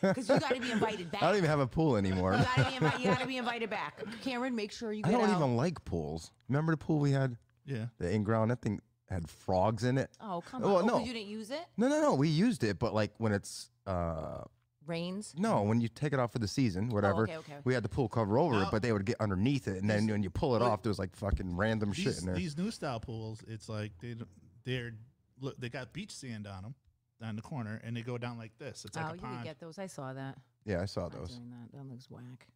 Speaker 6: Because you got to be invited back.
Speaker 3: I don't even have a pool anymore.
Speaker 6: you gotta, be invi- you gotta be invited back. Cameron, make sure you
Speaker 3: I
Speaker 6: get
Speaker 3: don't
Speaker 6: out.
Speaker 3: even like pools. Remember the pool we had,
Speaker 9: yeah.
Speaker 3: the in ground? That thing had frogs in it.
Speaker 6: oh, come on.
Speaker 3: Well,
Speaker 6: Oh, 'cause
Speaker 3: no.
Speaker 6: you didn't use it?
Speaker 3: No, no, no. We used it, but like when it's uh
Speaker 6: Rains?
Speaker 3: no, when you take it off for the season, whatever.
Speaker 6: Oh, okay, okay.
Speaker 3: We had the pool cover over it,
Speaker 9: Now-
Speaker 3: but they would get underneath it, and then when you pull it off, there was like fucking random shit
Speaker 9: These,
Speaker 3: in there.
Speaker 9: these new style pools, it's like they don't- they're look, they got beach sand on them on the corner, and they go down like this. It's like
Speaker 6: oh,
Speaker 9: a
Speaker 6: you could
Speaker 9: pond.
Speaker 6: get those. I saw that.
Speaker 3: yeah, I saw
Speaker 6: I'm not
Speaker 3: those.
Speaker 6: doing that. That looks whack.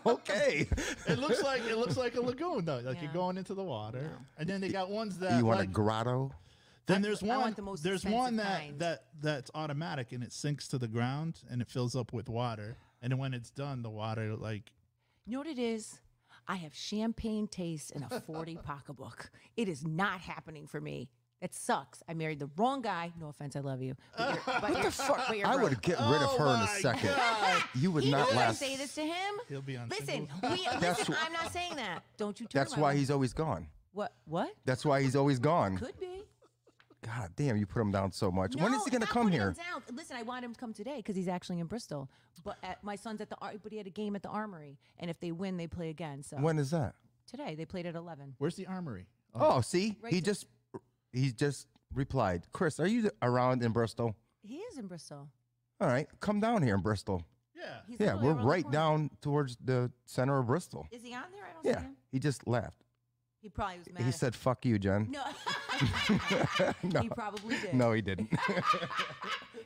Speaker 3: okay.
Speaker 9: It looks like it looks like a lagoon though. Like
Speaker 6: Yeah.
Speaker 9: you're going into the water, and then they got ones that
Speaker 3: you want
Speaker 9: like,
Speaker 3: a grotto?
Speaker 9: Then there's
Speaker 6: I
Speaker 9: one.
Speaker 6: want the most
Speaker 9: there's one
Speaker 6: expensive
Speaker 9: that
Speaker 6: kind.
Speaker 9: that that's automatic and it sinks to the ground and it fills up with water. And then when it's done, the water like
Speaker 6: You know what it is? I have champagne taste in a 40 pocketbook. It is not happening for me. That sucks. I married the wrong guy. No offense, I love you. But you're, but you're, But you're
Speaker 3: I
Speaker 6: broke.
Speaker 3: would get rid of her in a
Speaker 9: my
Speaker 3: second. You would
Speaker 6: he
Speaker 3: not
Speaker 6: knows
Speaker 3: last.
Speaker 6: I say this to him.
Speaker 9: He'll be on
Speaker 6: Listen,
Speaker 9: single.
Speaker 6: we,
Speaker 3: That's
Speaker 6: listen.
Speaker 3: wh-
Speaker 6: I'm not saying that. Don't you? Turn
Speaker 3: That's
Speaker 6: my
Speaker 3: why
Speaker 6: way.
Speaker 3: he's always gone.
Speaker 6: What? What?
Speaker 3: That's why he's always gone.
Speaker 6: Could be.
Speaker 3: God damn, you put him down so much. when is
Speaker 6: No,
Speaker 3: he gonna
Speaker 6: stop
Speaker 3: come
Speaker 6: putting him
Speaker 3: here?
Speaker 6: down. Listen, I want him to come today because he's actually in Bristol. But at, my son's at the ar- but he had a game at the Armory, and if they win, they play again. So
Speaker 3: When is that?
Speaker 6: today they played at 11.
Speaker 9: Where's the armory?
Speaker 3: Oh, see,
Speaker 6: Right
Speaker 3: he
Speaker 6: to-
Speaker 3: just he just replied, Chris, are you around in Bristol?
Speaker 6: He is in Bristol.
Speaker 3: All right, come down here in Bristol.
Speaker 9: Yeah.
Speaker 6: He's
Speaker 3: yeah,
Speaker 6: literally
Speaker 3: we're
Speaker 6: around the
Speaker 3: right
Speaker 6: corner.
Speaker 3: down towards the center of Bristol.
Speaker 6: Is he on there? I don't
Speaker 3: Yeah,
Speaker 6: see him.
Speaker 3: he just left.
Speaker 6: He probably was mad.
Speaker 3: He
Speaker 6: at-
Speaker 3: said, "Fuck you, Jen."
Speaker 6: no.
Speaker 3: No.
Speaker 6: He probably did.
Speaker 3: No, he didn't.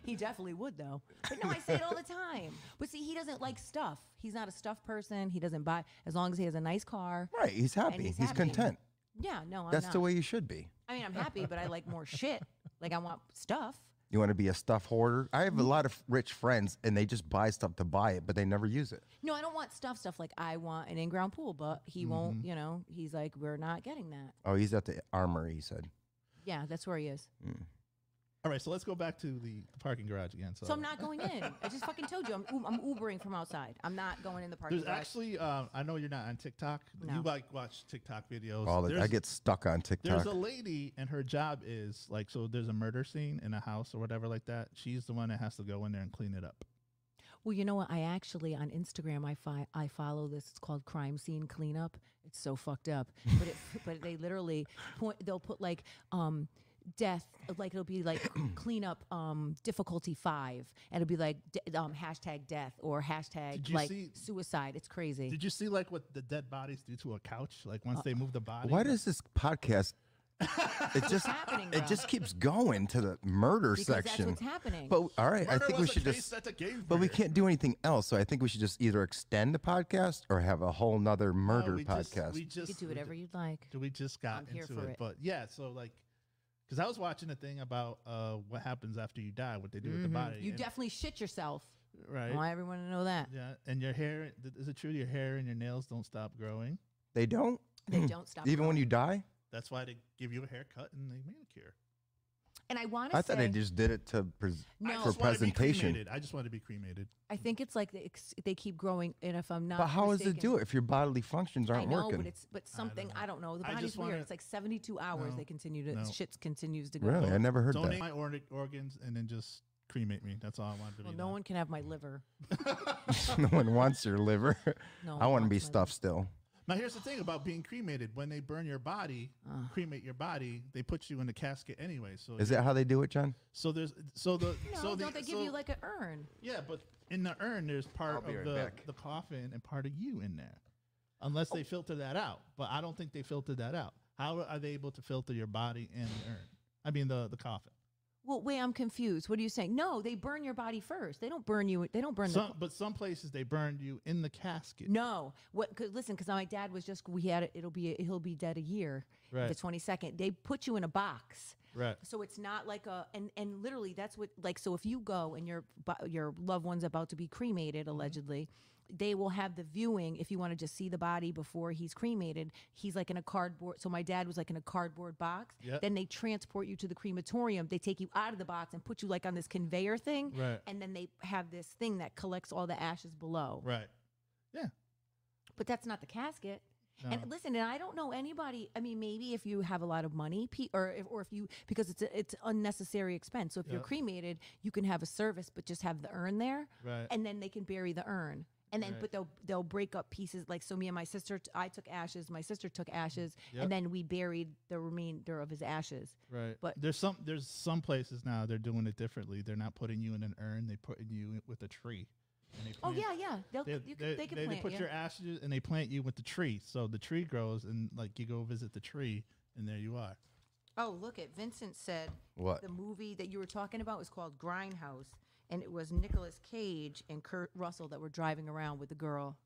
Speaker 6: He definitely would though. But no, I say it all the time. But see, he doesn't like stuff. He's not a stuff person. He doesn't buy as long as he has a nice car.
Speaker 3: right, he's happy. He's,
Speaker 6: he's happy.
Speaker 3: content.
Speaker 6: Yeah, no, I'm
Speaker 3: That's
Speaker 6: not.
Speaker 3: the way you should be.
Speaker 6: I mean, I'm happy, but I like more shit. Like I want stuff.
Speaker 3: You want to be a stuff hoarder? I
Speaker 9: Mm.
Speaker 3: have a lot of rich friends, and they just buy stuff to buy it, but they never use it.
Speaker 6: No, I don't want stuff. Stuff like I want an in-ground pool, but he
Speaker 3: Mm-hmm.
Speaker 6: won't. You know, he's like, we're not getting that.
Speaker 3: Oh, he's at the armory. He said,
Speaker 6: Yeah, that's where he is.
Speaker 9: All right, so let's go back to the parking garage again. So,
Speaker 6: So I'm not going in. I just fucking told you, I'm, u- I'm Ubering from outside. I'm not going in the parking
Speaker 9: There's
Speaker 6: garage.
Speaker 9: actually um, I know you're not on TikTok.
Speaker 6: No.
Speaker 9: You like watch TikTok videos.
Speaker 3: "All the, I
Speaker 9: There's-
Speaker 3: get stuck on
Speaker 9: There's
Speaker 3: TikTok."
Speaker 9: a lady, and her job is like, so there's a murder scene in a house or whatever like that. She's the one that has to go in there and clean it up.
Speaker 6: Well, you know what? I actually on Instagram I fi- I follow this. It's called Crime Scene Cleanup. It's so fucked up, but it, but they literally point. They'll put like um death like it'll be like cleanup um difficulty five and it'll be like d- um hashtag death or hashtag
Speaker 9: Did you
Speaker 6: like
Speaker 9: see-
Speaker 6: suicide it's crazy
Speaker 9: Did you see like what the dead bodies do to a couch? Like
Speaker 6: Uh,
Speaker 9: once they move the body.
Speaker 3: Why
Speaker 9: like-
Speaker 3: does this podcast? It just
Speaker 6: happening, bro.
Speaker 3: it just keeps going to the murder
Speaker 6: Because that's
Speaker 3: section.
Speaker 6: what's happening.
Speaker 3: But all right, I
Speaker 9: Murder
Speaker 3: think we
Speaker 9: was a
Speaker 3: should
Speaker 9: case,
Speaker 3: just.
Speaker 9: that's a game
Speaker 3: But we
Speaker 9: breaker.
Speaker 3: can't do anything else, so I think we should just either extend the podcast or have a whole nother
Speaker 9: No,
Speaker 3: murder
Speaker 9: we just-
Speaker 3: podcast.
Speaker 9: we
Speaker 6: you
Speaker 9: just
Speaker 6: could do
Speaker 9: we
Speaker 6: whatever
Speaker 9: ju-
Speaker 6: you'd like
Speaker 9: we just got
Speaker 6: I'm
Speaker 9: into
Speaker 6: here for
Speaker 9: it.
Speaker 6: it.
Speaker 9: but yeah. So like, because I was watching a thing about uh what happens after you die, what they do with the body.
Speaker 6: Mm-hmm. you
Speaker 9: and-
Speaker 6: definitely shit yourself i
Speaker 9: right.
Speaker 6: want everyone to know that
Speaker 9: Yeah, and your hair th- is it true? Your hair and your nails don't stop growing.
Speaker 3: they don't, Hmm.
Speaker 6: they don't stop
Speaker 3: even when you die.
Speaker 9: That's why they give you a haircut and they manicure.
Speaker 6: and i want
Speaker 3: I
Speaker 6: to
Speaker 3: thought
Speaker 6: say
Speaker 3: they just did it to pres-
Speaker 9: I
Speaker 6: No.
Speaker 3: for
Speaker 9: just wanna be
Speaker 3: presentation.
Speaker 9: cremated. I just want to be cremated.
Speaker 6: i think it's like they, ex- they keep growing and if i'm not
Speaker 3: But how does
Speaker 6: mistaken,
Speaker 3: it do it if your bodily functions aren't
Speaker 6: I know,
Speaker 3: working?
Speaker 6: but it's but something I don't know. The
Speaker 9: I just
Speaker 6: body's
Speaker 9: wanna-
Speaker 6: weird. It's like seventy two hours
Speaker 9: No,
Speaker 6: they continue to
Speaker 9: no.
Speaker 6: shit continues to go.
Speaker 3: really, I never heard
Speaker 9: Donate
Speaker 3: that.
Speaker 9: my or- organs and then just cremate me. That's all I want to
Speaker 6: Well,
Speaker 9: be.
Speaker 6: no
Speaker 9: done.
Speaker 6: one can have my liver.
Speaker 3: no one wants your liver.
Speaker 6: No
Speaker 3: I
Speaker 6: one
Speaker 3: want to
Speaker 6: wants my
Speaker 3: be
Speaker 6: liver.
Speaker 3: stuffed still.
Speaker 9: Now here's the thing about being cremated: when they burn your body, cremate your body, they put you in a casket anyway. So
Speaker 3: Is that how they do it, John?
Speaker 9: So there's so the
Speaker 6: No,
Speaker 9: so the,
Speaker 6: don't they give
Speaker 9: so-
Speaker 6: you like an urn?
Speaker 9: yeah, but in the urn there's part of
Speaker 3: be right
Speaker 9: the
Speaker 3: back. Oh.
Speaker 9: the coffin and part of you in there, unless they filter that out. But I don't think they filtered that out. How are they able to filter your body in the urn? I mean the the coffin.
Speaker 6: Well, wait, I'm confused. What are you saying? No, they burn your body first. They don't burn you. They don't burn the
Speaker 9: Some, but some places they burn you in the casket.
Speaker 6: No, what? Cause listen, because my dad was just we had it, it'll be he'll be dead a year, the
Speaker 9: Right.
Speaker 6: twenty second. They put you in a box,
Speaker 9: Right.
Speaker 6: so it's not like a and and
Speaker 9: Mm-hmm.
Speaker 6: literally that's what like so if you go and your bo- your loved one's about to be cremated allegedly, they will have the viewing if you want to just see the body before he's cremated. He's like in a cardboard. So my dad was like in a cardboard box.
Speaker 9: Yep.
Speaker 6: Then they transport you to the crematorium. They take you out of the box and put you like on this conveyor thing.
Speaker 9: Right.
Speaker 6: And then they have this thing that collects all the ashes below.
Speaker 9: Right. Yeah.
Speaker 6: But that's not the casket.
Speaker 9: No.
Speaker 6: And listen, and I don't know anybody. I mean, maybe if you have a lot of money, pe- or if, or if you because it's a, it's unnecessary expense. So if you're
Speaker 9: Yeah.
Speaker 6: cremated, you can have a service, but just have the urn there,
Speaker 9: Right.
Speaker 6: and then they can bury the urn, and then
Speaker 9: Right.
Speaker 6: but they'll they'll break up pieces. Like so, me and my sister, t- I took ashes, my sister took ashes,
Speaker 9: Mm, Yep.
Speaker 6: and then we buried the remainder of his ashes.
Speaker 9: Right.
Speaker 6: But-
Speaker 9: there's some there's some places now they're doing it differently. They're not putting you in an urn. They putting you in with a tree. And they
Speaker 6: Oh
Speaker 9: plant-
Speaker 6: yeah, yeah. They'll,
Speaker 9: They,
Speaker 6: you can,
Speaker 9: they,
Speaker 6: they can
Speaker 9: they- they
Speaker 6: plant.
Speaker 9: put
Speaker 6: yeah.
Speaker 9: your ashes and they plant you with the tree. So the tree grows and like you go visit the tree and there you are.
Speaker 6: Oh, look at Vincent said
Speaker 3: What?
Speaker 6: the movie that you were talking about was called Grindhouse, and it was Nicolas Cage and Kurt Russell that were driving around with the girl.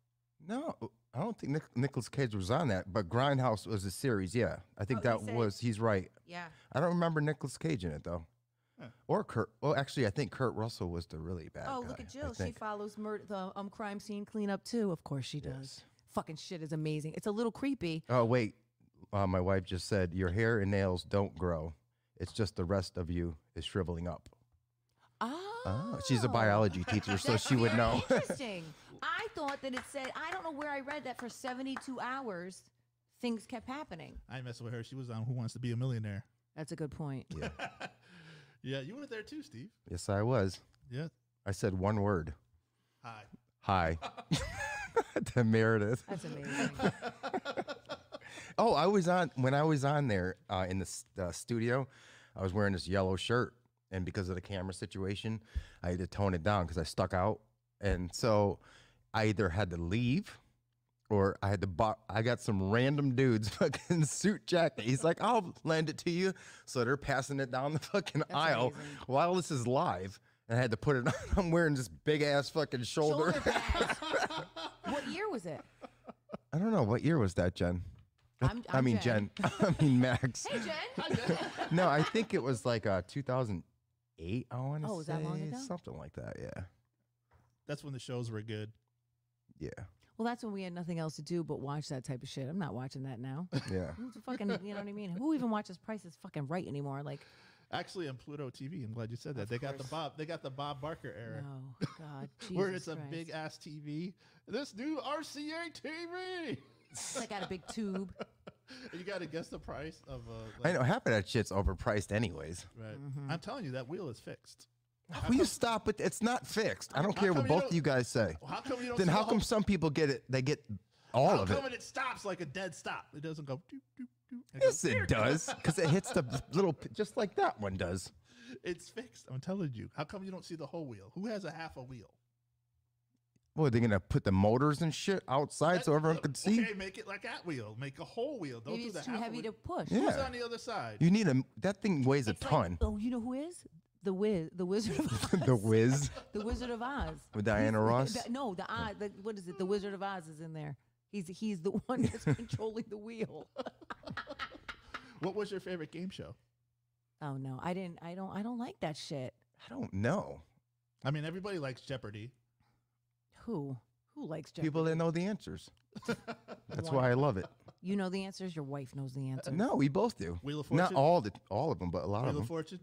Speaker 3: No, I don't think Nic- Nicholas Cage was on that, but Grindhouse was a series. Yeah, I think
Speaker 6: Oh, he
Speaker 3: that
Speaker 6: said-
Speaker 3: was. He's right.
Speaker 6: Yeah.
Speaker 3: I don't remember Nicolas Cage in it though, or Kurt. Well, actually, I think Kurt Russell was the really bad.
Speaker 6: Oh,
Speaker 3: guy,
Speaker 6: look at
Speaker 3: I
Speaker 6: Jill. She
Speaker 3: think.
Speaker 6: follows murder the um crime scene cleanup too. Of course she does. Fucking shit is amazing. It's a little creepy.
Speaker 3: Oh wait, uh, my wife just said your hair and nails don't grow. It's just the rest of you is shriveling up.
Speaker 6: Oh,
Speaker 3: Oh, she's a biology teacher, so she would know.
Speaker 6: Interesting. I thought that it said I don't know where I read that for 72 hours things kept happening.
Speaker 9: I mess with her. She was on Who Wants to Be a Millionaire.
Speaker 6: That's a good point.
Speaker 9: Yeah, you went there too, Steve.
Speaker 3: yes, I was.
Speaker 9: Yeah.
Speaker 3: I said one word.
Speaker 9: Hi.
Speaker 3: Hi. to Meredith.
Speaker 6: That's amazing.
Speaker 3: Oh, I was on when I was on there uh, in the s- uh, studio. I was wearing this yellow shirt, and because of the camera situation, I had to tone it down because I stuck out, and so I either had to leave. Or I had to buy. I got some random dude's fucking suit jacket. He's like, "I'll lend it to you." So they're passing it down the fucking aisle
Speaker 6: amazing.
Speaker 3: while this is live, and I had to put it on. I'm wearing this big ass fucking shoulder.
Speaker 6: Shoulder pads. what year was it?
Speaker 3: I don't know what year was that, Jen.
Speaker 6: I'm,
Speaker 3: I
Speaker 6: I'm
Speaker 3: mean, Jen. I mean, Max.
Speaker 6: Hey, Jen.
Speaker 3: no, I think it was like uh, 2008. I want to
Speaker 6: Oh,
Speaker 3: say
Speaker 6: was that long ago?
Speaker 3: something like that. Yeah,
Speaker 9: That's when the shows were good.
Speaker 3: yeah,
Speaker 6: well, that's when we had nothing else to do but watch that type of shit. I'm not watching that now.
Speaker 3: yeah.
Speaker 6: Who's fucking, you know what I mean? Who even watches Price is fucking right anymore? Like,
Speaker 9: Actually, on Pluto TV, I'm glad you said that. they got the Bob. They got the Bob Barker era,
Speaker 6: no, God, Jesus
Speaker 9: where it's a
Speaker 6: Christ.
Speaker 9: big ass TV. This new RCA TV.
Speaker 6: It's like got a big tube.
Speaker 9: you got to guess the price of a.
Speaker 3: I know half of that shit's overpriced, anyways.
Speaker 9: Right.
Speaker 6: Mm-hmm.
Speaker 9: I'm telling you, that wheel is fixed.
Speaker 3: Will you stop it? It's not fixed. I don't care
Speaker 9: come
Speaker 3: what
Speaker 9: you
Speaker 3: both
Speaker 9: don't-
Speaker 3: of you guys say.
Speaker 9: Well, how come you
Speaker 3: Then
Speaker 9: don't see the
Speaker 3: how
Speaker 9: whole-
Speaker 3: come some people get it? They get all
Speaker 9: How
Speaker 3: of
Speaker 9: come
Speaker 3: it.
Speaker 9: it? it stops like a dead stop? It doesn't go. Doop, doop, doop. It goes,
Speaker 3: Yes, it does, because it hits the little p- just like that one does.
Speaker 9: It's fixed. I'm telling you. How come you don't see the whole wheel? Who has a half a wheel?
Speaker 3: Well, they're gonna put the motors and shit outside so
Speaker 9: That-
Speaker 3: everyone
Speaker 9: look,
Speaker 3: could see.
Speaker 9: Okay, make it like that wheel. Make a whole wheel. Don't
Speaker 6: Maybe
Speaker 9: do the
Speaker 6: it's too
Speaker 9: half a
Speaker 6: heavy to
Speaker 9: wheel.
Speaker 6: push.
Speaker 3: Yeah.
Speaker 9: Who's on the other side?
Speaker 3: You need a that thing weighs
Speaker 6: It's
Speaker 3: a
Speaker 6: like-
Speaker 3: ton.
Speaker 6: oh, you know who is? The Wiz, the Wizard of Oz.
Speaker 3: the Whiz
Speaker 6: The Wizard of Oz.
Speaker 3: with Diana Ross. Oh.
Speaker 6: The- no, the, Oz, the what is it? The Wizard of Oz is in there. He's he's the one that's controlling the wheel.
Speaker 9: What was your favorite game show?
Speaker 6: Oh no, I didn't. I don't. I don't like that shit.
Speaker 3: I don't know.
Speaker 9: I mean, everybody likes Jeopardy.
Speaker 6: Who who likes Jeopardy?
Speaker 3: People that know the answers. That's why I love it.
Speaker 6: You know the answers. Your wife knows the answers.
Speaker 3: Uh, No, we both do.
Speaker 9: Wheel of
Speaker 3: Not
Speaker 9: Fortune?
Speaker 3: all the all of them, but a lot
Speaker 9: Wheel
Speaker 3: of
Speaker 9: of
Speaker 3: them.
Speaker 9: Fortune.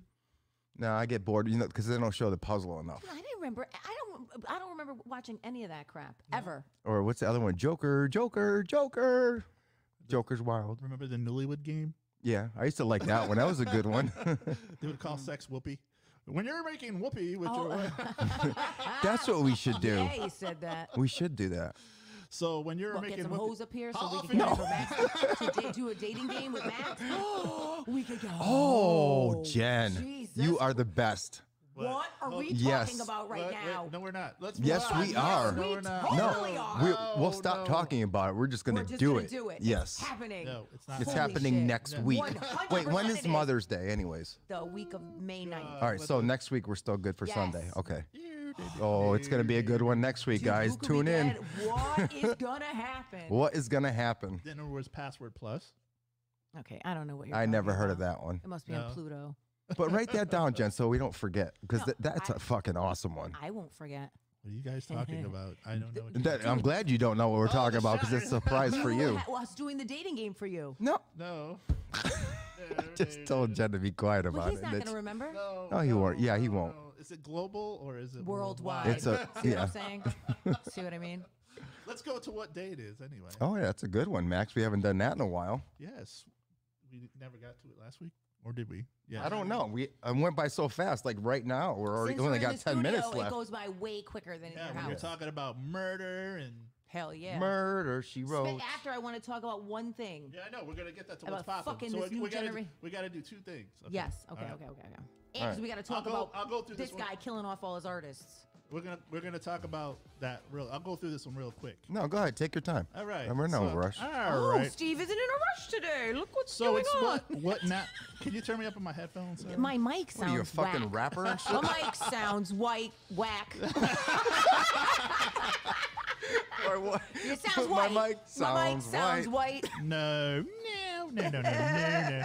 Speaker 3: no, I get bored, you know, because they don't show the puzzle enough.
Speaker 6: I didn't remember. I don't. I don't remember watching any of that crap ever.
Speaker 3: Or what's the other one? Joker, Joker, Joker. Joker's wild.
Speaker 9: Remember the Newlywed Game?
Speaker 3: Yeah, I used to like that one. That was a good one.
Speaker 9: They would
Speaker 6: Mm-hmm.
Speaker 9: call sex whoopee. When you're making whoopee with
Speaker 6: Oh.
Speaker 9: your wife.
Speaker 3: That's what we should do.
Speaker 6: Yeah, you said that.
Speaker 3: We should do that.
Speaker 9: So when you're
Speaker 6: Look,
Speaker 9: making
Speaker 6: get some
Speaker 9: whoopee-
Speaker 6: hoes up here so
Speaker 9: How
Speaker 6: we
Speaker 9: often
Speaker 6: can
Speaker 9: you-
Speaker 6: get over Max to da- do a dating game with Max. we could go.
Speaker 3: Oh, Jen,
Speaker 6: Jesus.
Speaker 3: you are the best.
Speaker 6: What are we talking
Speaker 3: Yes.
Speaker 6: about right
Speaker 9: Wait, wait,
Speaker 6: now?
Speaker 9: no, we're not. Let's
Speaker 3: Yes,
Speaker 9: move on.
Speaker 3: we are.
Speaker 9: No,
Speaker 6: we
Speaker 9: we're not.
Speaker 6: totally
Speaker 3: no,
Speaker 6: are.
Speaker 3: We, we'll stop
Speaker 9: No, no.
Speaker 3: talking about it. We're just gonna
Speaker 6: Oh, We're just
Speaker 3: do
Speaker 6: gonna
Speaker 3: it.
Speaker 6: do it.
Speaker 3: Yes,
Speaker 6: It's happening.
Speaker 9: No, it's not.
Speaker 3: it's
Speaker 6: Holy
Speaker 3: happening
Speaker 6: shit.
Speaker 3: next
Speaker 9: No.
Speaker 3: week.
Speaker 6: 100%
Speaker 3: Wait, when
Speaker 6: it
Speaker 3: is
Speaker 6: is.
Speaker 3: Mother's Day, anyways?
Speaker 6: The week of May
Speaker 9: Uh,
Speaker 6: 9th.
Speaker 3: All right, so
Speaker 9: let's-
Speaker 3: next week we're still good for Sunday.
Speaker 6: Yes.
Speaker 3: Okay. Oh, it's gonna be a good one next week,
Speaker 6: Dude,
Speaker 3: guys.
Speaker 6: who could we
Speaker 3: Tune in.
Speaker 6: get? What is gonna happen?
Speaker 3: What is gonna happen?
Speaker 9: Dinner was password plus.
Speaker 6: Okay, I don't know what you're.
Speaker 3: I
Speaker 6: talking
Speaker 3: never heard of
Speaker 6: about.
Speaker 3: that one.
Speaker 6: It must be
Speaker 9: No.
Speaker 6: on Pluto.
Speaker 3: But write that down, Jen, so we don't forget, because
Speaker 6: No,
Speaker 3: that's
Speaker 6: I-
Speaker 3: a fucking awesome one.
Speaker 6: I won't forget.
Speaker 9: What are you guys talking about? I don't know. What you're
Speaker 3: That, um, I'm glad you don't know
Speaker 6: Oh,
Speaker 3: what we're talking about because it's a surprise for
Speaker 6: Well,
Speaker 3: you.
Speaker 6: I was doing the dating game for you.
Speaker 3: No,
Speaker 9: No.
Speaker 3: just told Jen to be quiet
Speaker 6: Well,
Speaker 3: about
Speaker 6: he's
Speaker 3: it.
Speaker 6: not
Speaker 3: That's-
Speaker 6: going to remember.
Speaker 9: No,
Speaker 3: No, he won't. Yeah, he won't.
Speaker 9: no. Is it global or is it
Speaker 6: Worldwide.
Speaker 3: It's a
Speaker 6: See
Speaker 3: yeah.
Speaker 6: what I'm saying? See what I mean?
Speaker 9: Let's go to what day it is anyway.
Speaker 3: Oh yeah, that's a good one, Max. We haven't done that in a while.
Speaker 9: Yes. We never got to it last week. Or did we? Yeah.
Speaker 3: I don't know. We I went by so fast. Like right now, we're already
Speaker 6: Since
Speaker 3: we
Speaker 6: we're
Speaker 3: only
Speaker 6: in
Speaker 3: got
Speaker 6: the
Speaker 3: ten minutes
Speaker 6: studio,
Speaker 3: left.
Speaker 6: It goes by way quicker than
Speaker 9: Yeah,
Speaker 6: in your
Speaker 9: when you're
Speaker 6: house.
Speaker 9: talking about murder and
Speaker 6: Hell yeah.
Speaker 3: Murder, she
Speaker 6: But
Speaker 3: wrote.
Speaker 6: After I want to talk about one thing.
Speaker 9: Yeah, I know. We're gonna get that to
Speaker 6: About
Speaker 9: what's popping.
Speaker 6: fucking
Speaker 9: so
Speaker 6: this
Speaker 9: we,
Speaker 6: new
Speaker 9: we gotta do,
Speaker 6: genera-
Speaker 9: we gotta do two things. Okay.
Speaker 6: Yes. Okay.
Speaker 9: All right.
Speaker 6: okay. Okay. Okay.
Speaker 3: All
Speaker 6: And 'cause
Speaker 3: right.
Speaker 6: we got to talk
Speaker 9: go-
Speaker 6: about
Speaker 9: I'll go through this one.
Speaker 6: guy killing off all his artists.
Speaker 9: We're gonna we're gonna talk about that real. I'll go through this one real quick.
Speaker 3: No, go ahead. Take your time.
Speaker 9: All right.
Speaker 3: And we're in no
Speaker 9: so- ah,
Speaker 3: rush.
Speaker 9: All
Speaker 6: Oh,
Speaker 9: right.
Speaker 6: Steve isn't in a rush today. Look what's
Speaker 9: So
Speaker 6: going
Speaker 9: it's
Speaker 6: on.
Speaker 9: what what now? Can you turn me up on my headphones? Sarah?
Speaker 6: My mic sounds
Speaker 3: What are you a fucking
Speaker 6: whack.
Speaker 3: rapper and shit?
Speaker 6: My mic sounds white whack.
Speaker 3: or what?
Speaker 6: It sounds
Speaker 3: My
Speaker 6: white.
Speaker 3: mic
Speaker 6: My mic
Speaker 3: sounds
Speaker 6: sounds
Speaker 3: white.
Speaker 6: white.
Speaker 9: No, no, no, no, no, no,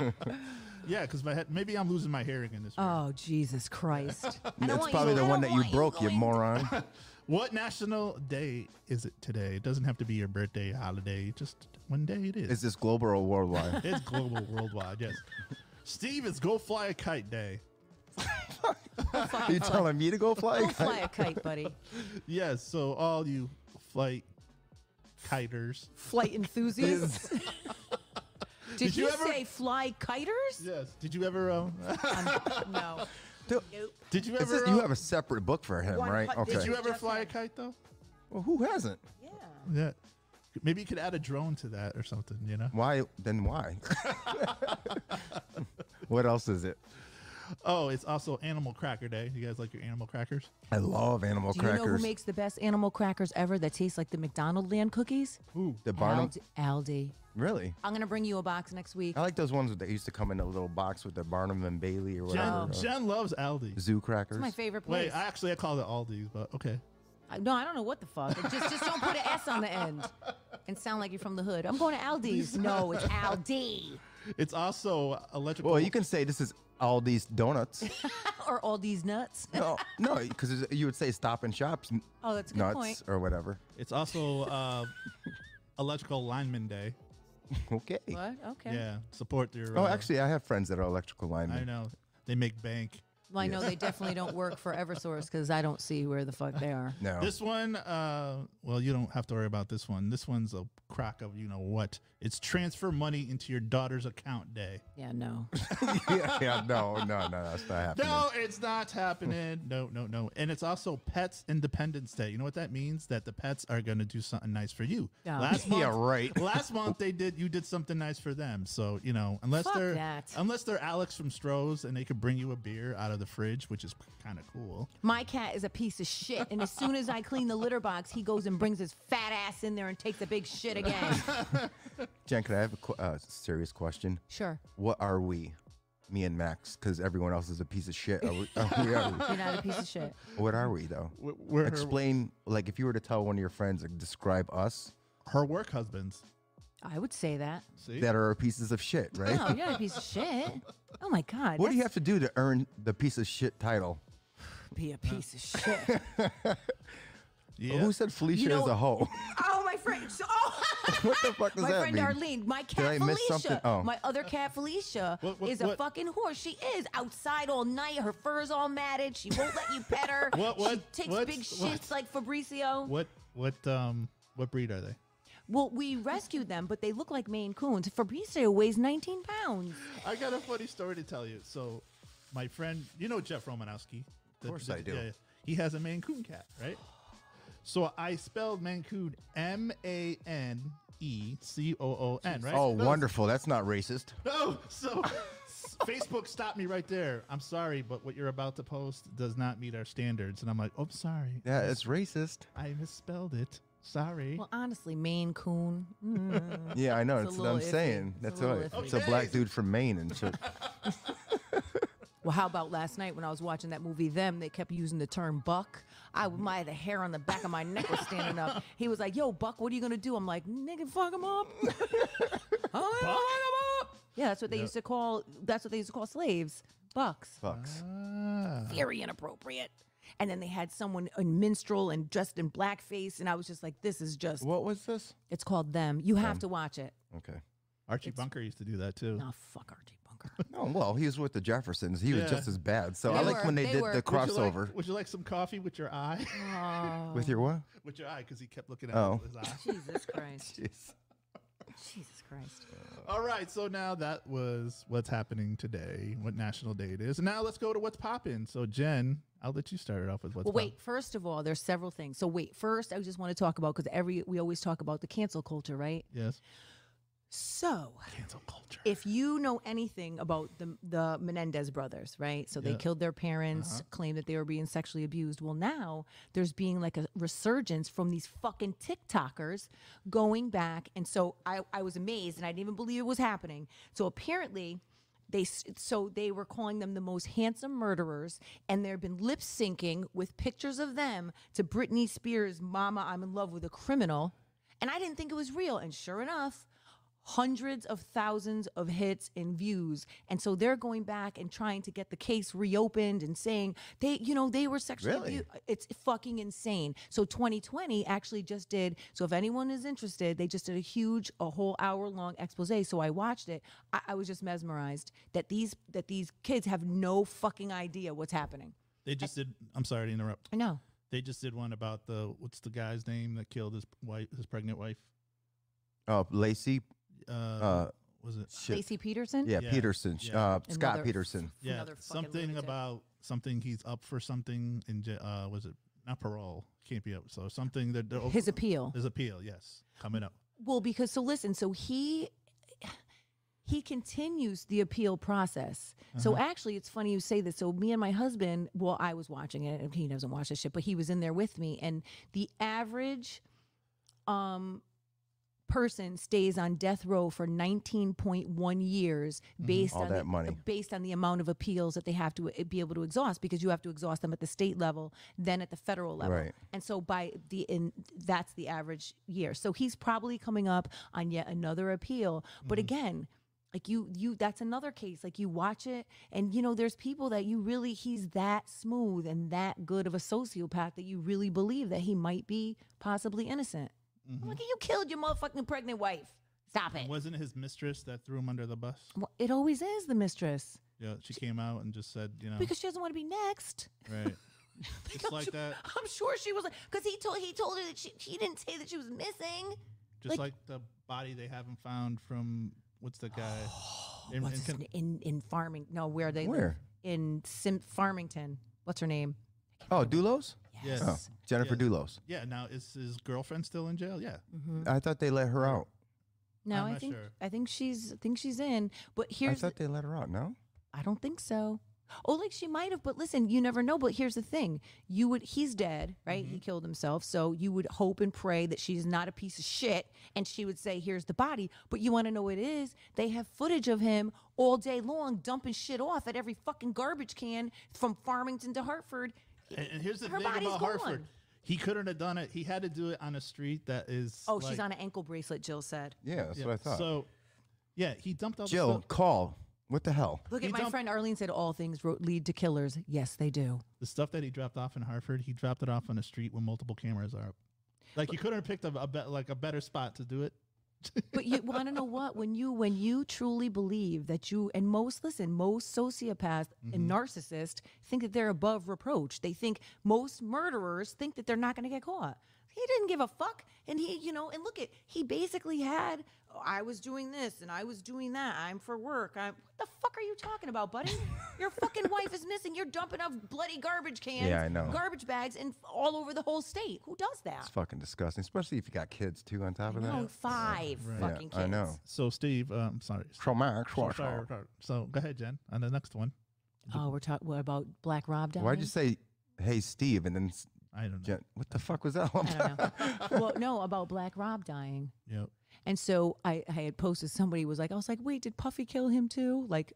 Speaker 9: no. yeah, because my head. Maybe I'm losing my hearing in this. one.
Speaker 6: Oh Jesus Christ! I don't
Speaker 3: It's
Speaker 6: want
Speaker 3: probably
Speaker 6: you,
Speaker 3: the
Speaker 6: I
Speaker 3: one
Speaker 6: don't
Speaker 3: that you
Speaker 6: want
Speaker 3: broke, you
Speaker 6: going-
Speaker 3: moron.
Speaker 9: What national day is it today? It doesn't have to be your birthday, holiday. Just one day it is.
Speaker 3: Is this global or worldwide?
Speaker 9: It's global, worldwide. Yes. Steve, it's Go Fly a Kite Day.
Speaker 3: Are you telling me to go fly?
Speaker 6: Go fly a kite, buddy.
Speaker 9: Yes. So all you flight kiters.
Speaker 6: Flight enthusiasts. Did,
Speaker 9: Did
Speaker 6: you,
Speaker 9: you ever-
Speaker 6: say fly kiters?
Speaker 9: Yes. Did you ever? Um,
Speaker 6: No.
Speaker 3: Dude,
Speaker 6: Nope.
Speaker 9: did you
Speaker 3: This
Speaker 9: ever?
Speaker 3: is- you
Speaker 9: uh,
Speaker 3: have a separate book for him,
Speaker 6: One
Speaker 3: right?
Speaker 6: cut-
Speaker 3: Okay.
Speaker 6: did
Speaker 9: did you ever fly a kite though?
Speaker 3: well, who hasn't?
Speaker 6: Yeah.
Speaker 9: Yeah. Maybe you could add a drone to that or something. You know.
Speaker 3: Why? Then why? what else is it?
Speaker 9: Oh, it's also Animal Cracker Day. You guys like your animal crackers?
Speaker 3: I love animal
Speaker 6: Do you
Speaker 3: crackers.
Speaker 6: know who makes the best animal crackers ever that taste like the McDonald Land cookies?
Speaker 3: the Barnum?
Speaker 6: Aldi. Aldi.
Speaker 3: Really?
Speaker 6: I'm gonna bring you a box next week.
Speaker 3: I like those ones that used to come in a little box with the Barnum and Bailey or
Speaker 9: Jen,
Speaker 3: whatever. uh,
Speaker 9: Jen loves Aldi.
Speaker 3: Zoo crackers.
Speaker 6: It's my favorite place.
Speaker 9: Wait, I actually I call it Aldi's, but okay.
Speaker 6: I- no, I don't know what the fuck. Just just don't put an S on the end and sound like you're from the hood. I'm going to Aldi's. No, it's Aldi
Speaker 9: It's also electrical.
Speaker 3: well, you can say this is all these donuts.
Speaker 6: or Aldi's nuts.
Speaker 3: no, no, because you would say Stop and Shops n-
Speaker 6: Oh, that's a good
Speaker 3: nuts
Speaker 6: point.
Speaker 3: or whatever.
Speaker 9: It's also uh, electrical lineman day.
Speaker 3: Okay.
Speaker 6: What? Okay.
Speaker 9: Yeah, support your.
Speaker 3: Oh,
Speaker 9: uh,
Speaker 3: actually, I have friends that are electrical
Speaker 9: I
Speaker 3: linemen.
Speaker 9: know they make bank.
Speaker 6: Well, I know they definitely don't work for Eversource because I don't see where the fuck they are.
Speaker 3: No.
Speaker 9: This one, uh, well, you don't have to worry about this one. This one's a crack of you know what. It's transfer money into your daughter's account day.
Speaker 6: Yeah, no.
Speaker 3: yeah, yeah, no, no, no, that's not happening.
Speaker 9: No, it's not happening. No, no, no. And it's also Pets Independence Day. You know what that means? That the pets are going to do something nice for you.
Speaker 6: Yeah.
Speaker 9: Last month,
Speaker 3: Yeah, right.
Speaker 9: Last month they did. You did something nice for them. So you know, unless
Speaker 6: Fuck
Speaker 9: they're
Speaker 6: that.
Speaker 9: unless they're Alex from Stroh's and they could bring you a beer out of the fridge, which is kind of cool.
Speaker 6: My cat is a piece of shit, and as soon as I clean the litter box, he goes and brings his fat ass in there and takes a big shit again.
Speaker 3: Jen, could I have a qu- uh, serious question?
Speaker 6: sure.
Speaker 3: What are we? Me and Max, because everyone else is a piece of shit. Are we, are we, are we-
Speaker 6: You're not a piece of shit.
Speaker 3: what are we, though?
Speaker 9: We're, we're her-
Speaker 3: Explain, like, if you were to tell one of your friends, like, describe us
Speaker 9: her, work husbands.
Speaker 6: I would say that.
Speaker 9: See,
Speaker 3: that are pieces of shit, right?
Speaker 6: No, you're not a piece of shit. Oh my god.
Speaker 3: What do you have
Speaker 6: that's-
Speaker 3: to do to earn the piece of shit title?
Speaker 6: be a piece of shit?
Speaker 9: yeah.
Speaker 3: Who said Felicia
Speaker 6: You know-
Speaker 3: is a hoe?
Speaker 6: oh my friend. so- Oh.
Speaker 3: what the fuck does
Speaker 6: My
Speaker 3: that
Speaker 6: friend
Speaker 3: mean?
Speaker 6: Darlene, my
Speaker 3: I
Speaker 6: cat
Speaker 3: miss something?
Speaker 6: Felicia,
Speaker 3: Oh.
Speaker 6: my other cat Felicia
Speaker 9: What- what-
Speaker 6: is a
Speaker 9: what-
Speaker 6: fucking whore. She is outside all night. Her fur's all matted. She won't let you pet her.
Speaker 9: What-
Speaker 6: she
Speaker 9: what-
Speaker 6: takes
Speaker 9: what-
Speaker 6: big shits
Speaker 9: what-
Speaker 6: like Fabricio.
Speaker 9: What what um what breed are they?
Speaker 6: Well, we rescued them, but they look like Maine Coons. Fabricio weighs 19 pounds.
Speaker 9: I got a funny story to tell you. So, my friend, you know Jeff Romanowski. Of
Speaker 3: course I do.
Speaker 9: he has a Maine Coon cat, right? So I spelled Maine Coon M A N E C O O N, right?
Speaker 3: Oh, wonderful. That's not racist.
Speaker 9: No, so Facebook stopped me right there. I'm sorry, but what you're about to post does not meet our standards. And I'm like, oh, I'm sorry.
Speaker 3: Yeah, it's racist.
Speaker 9: I misspelled it. Sorry.
Speaker 6: Well, honestly, Maine Coon. mm.
Speaker 3: Yeah, I know.
Speaker 6: It's a
Speaker 3: That's what I'm
Speaker 6: little iffy.
Speaker 3: saying.
Speaker 6: It's a
Speaker 3: That's
Speaker 6: little
Speaker 3: right.
Speaker 6: iffy.
Speaker 3: It's a black
Speaker 9: Okay.
Speaker 3: dude from Maine and shit.
Speaker 6: Well, how about last night when I was watching that movie Them? They kept using the term Buck. I my the hair on the back of my neck was standing up. He was like, "Yo, Buck, what are you gonna do?" I'm like, "Nigga, fuck him up." I'm gonna fuck him up. Yeah, that's what they used to call. That's what they used to call slaves, bucks.
Speaker 3: Fucks.
Speaker 6: Very inappropriate. and then they had someone in minstrel and dressed in blackface, and I was just like, this is just.
Speaker 3: What was this?
Speaker 6: It's called them. You have to watch it.
Speaker 3: Okay.
Speaker 9: Archie Bunker used to do that too.
Speaker 6: Oh fuck, Archie Bunker.
Speaker 3: No, well, he was with the Jeffersons. He was
Speaker 9: Yeah.
Speaker 3: just as bad. So I
Speaker 6: They
Speaker 3: like when
Speaker 6: were-
Speaker 3: they,
Speaker 6: they
Speaker 3: did
Speaker 6: were.
Speaker 3: the
Speaker 6: Would
Speaker 9: Would you like-
Speaker 3: crossover
Speaker 9: would you like some coffee with your eye?
Speaker 6: Oh,
Speaker 3: with your what?
Speaker 9: with your eye, because he kept looking at
Speaker 3: Oh.
Speaker 9: his eye.
Speaker 6: Jesus Christ.
Speaker 3: Jeez.
Speaker 6: Jesus Christ.
Speaker 9: All right, so now that was what's happening today, what national day it is. And now let's go to what's popping. So Jen, I'll let you start it off with what's
Speaker 6: Well, wait. First of all, there's several things. So wait. First, I just want to talk about because every we always talk about the cancel culture, right?
Speaker 9: poppin'. Yes.
Speaker 6: So
Speaker 9: Cancel culture.
Speaker 6: if you know anything about the the Menendez brothers, right? So they
Speaker 9: Yeah. Uh-huh.
Speaker 6: killed their parents, claimed that they were being sexually abused. Well, now there's being like a resurgence from these fucking TikTokers going back, and so I I was amazed and I didn't even believe it was happening. So apparently. They s- so they were calling them the most handsome murderers, and they've been lip syncing with pictures of them to Britney Spears' "Mama, I'm in Love with a Criminal," and I didn't think it was real. And sure enough, hundreds of thousands of hits and views and so they're going back and trying to get the case reopened and saying they you know they were sexually
Speaker 3: Really?
Speaker 6: abu- it's fucking insane so 2020 actually just did so if anyone is interested they just did a huge a whole hour long expose so i watched it I, I was just mesmerized that these that these kids have no fucking idea what's happening
Speaker 9: They just did I'm sorry to interrupt.
Speaker 6: i know
Speaker 9: They just did one about the what's the guy's name that killed his wife his pregnant wife?
Speaker 3: Oh, Lacey.
Speaker 9: Uh,
Speaker 3: Uh,
Speaker 9: was it
Speaker 3: shit.
Speaker 6: Stacey peterson
Speaker 3: Yeah,
Speaker 9: Yeah,
Speaker 3: Peterson.
Speaker 9: yeah.
Speaker 3: Uh,
Speaker 6: And
Speaker 3: Scott
Speaker 6: mother-
Speaker 3: Peterson.
Speaker 9: yeah,
Speaker 6: another fucking
Speaker 9: something
Speaker 6: lunatic.
Speaker 9: about something he's up for something in ja- uh was it not parole? Can't be up. So something that they're,
Speaker 6: his appeal
Speaker 9: his appeal, yes. Coming up.
Speaker 6: Well, because so listen, so he he continues the appeal process.
Speaker 3: Uh-huh.
Speaker 6: So actually, it's funny you say this. So me and my husband, well, I was watching it, and he doesn't watch this shit, but he was in there with me, and the average um person stays on death row for 19.1 years based
Speaker 3: Mm-hmm. All
Speaker 6: on
Speaker 3: that
Speaker 6: the,
Speaker 3: money.
Speaker 6: based on the amount of appeals that they have to uh, be able to exhaust because you have to exhaust them at the state level then at the federal level
Speaker 3: Right.
Speaker 6: and so by the in that's the average year so he's probably coming up on yet another appeal but again like you you that's another case like you watch it and you know there's people that you really he's that smooth and that good of a sociopath that you really believe that he might be possibly innocent I'm like you killed your motherfucking pregnant wife stop it
Speaker 9: Wasn't it his mistress that threw him under the bus?
Speaker 6: Well, it always is the mistress
Speaker 9: Yeah, she came out and just said, you know,
Speaker 6: because she doesn't want to be next
Speaker 9: right.
Speaker 6: Like,
Speaker 9: Just like
Speaker 6: sure,
Speaker 9: that.
Speaker 6: I'm sure she was like, because he told he told her that she he didn't say that she was missing.
Speaker 9: Just
Speaker 6: Like-
Speaker 9: like, the body they haven't found from what's the guy in,
Speaker 6: Oh, What's
Speaker 9: in
Speaker 6: his
Speaker 9: Ken-
Speaker 6: na- in in farming? No, where they live.
Speaker 3: Where?
Speaker 6: in Sim- Farmington. What's her name?
Speaker 3: Oh, Dulos.
Speaker 9: Yes.
Speaker 3: Oh, Jennifer
Speaker 9: Yeah.
Speaker 3: Dulos.
Speaker 9: Yeah, now is his girlfriend still in jail? Yeah.
Speaker 6: Mm-hmm.
Speaker 3: I thought they let her out.
Speaker 6: No,
Speaker 9: I'm
Speaker 6: I
Speaker 9: not
Speaker 6: think
Speaker 9: sure.
Speaker 6: I think she's I think she's in. But here's
Speaker 3: I thought they let her out. No.
Speaker 6: I don't think so. Oh, like she might have, but listen, you never know. But here's the thing: you would he's dead, right?
Speaker 9: Mm-hmm.
Speaker 6: He killed himself, so you would hope and pray that she's not a piece of shit, and she would say, "Here's the body." But you want to know what it is? They have footage of him all day long dumping shit off at every fucking garbage can from Farmington to Hartford.
Speaker 9: And, and here's the
Speaker 6: Her
Speaker 9: thing
Speaker 6: body's
Speaker 9: about Hartford.
Speaker 6: gone.
Speaker 9: He couldn't have done it. He had to do it on a street that is
Speaker 6: Oh,
Speaker 9: like-
Speaker 6: she's on an ankle bracelet. Jill said.
Speaker 3: Yeah, that's
Speaker 9: yeah,
Speaker 3: what I thought.
Speaker 9: So yeah, he dumped all the
Speaker 3: Jill,
Speaker 9: stuff,
Speaker 3: call. What the hell?
Speaker 6: Look at
Speaker 9: You
Speaker 6: my
Speaker 9: dump-
Speaker 6: friend Arlene said all things ro- lead to killers. Yes, they do.
Speaker 9: the stuff that he dropped off in Hartford, he dropped it off on a street when multiple cameras are up. Like you couldn't have picked a, a be- like a better spot to do it.
Speaker 6: but you want to know what when you when you truly believe that you and most listen most sociopaths
Speaker 3: Mm-hmm.
Speaker 6: and narcissists think that they're above reproach they think most murderers think that they're not going to get caught he didn't give a fuck and he you know and look at he basically had "Oh, i was doing this and i was doing that i'm for work i'm what the fuck are you talking about buddy your fucking wife is missing you're dumping up bloody garbage cans
Speaker 3: Yeah, I know.
Speaker 6: garbage bags and all over the whole state who does that
Speaker 3: It's fucking disgusting, especially if you got kids too. On top of that,
Speaker 6: no five
Speaker 3: Yeah,
Speaker 6: fucking kids
Speaker 3: I know.
Speaker 9: So Steve, uh, I'm sorry.
Speaker 3: Traumatic.
Speaker 9: So, sorry, sorry. So go ahead, Jen, on the next one.
Speaker 6: Oh, we're talking about Black Rob dying.
Speaker 3: Why'd you say, "Hey, Steve," and then s-
Speaker 9: I don't know.
Speaker 3: Jen, what the fuck was that? all
Speaker 6: I
Speaker 3: about?
Speaker 6: don't know. well, no, about Black Rob dying.
Speaker 9: Yep.
Speaker 6: And so I, I had posted. Somebody was like, I was like, wait, did Puffy kill him too? Like,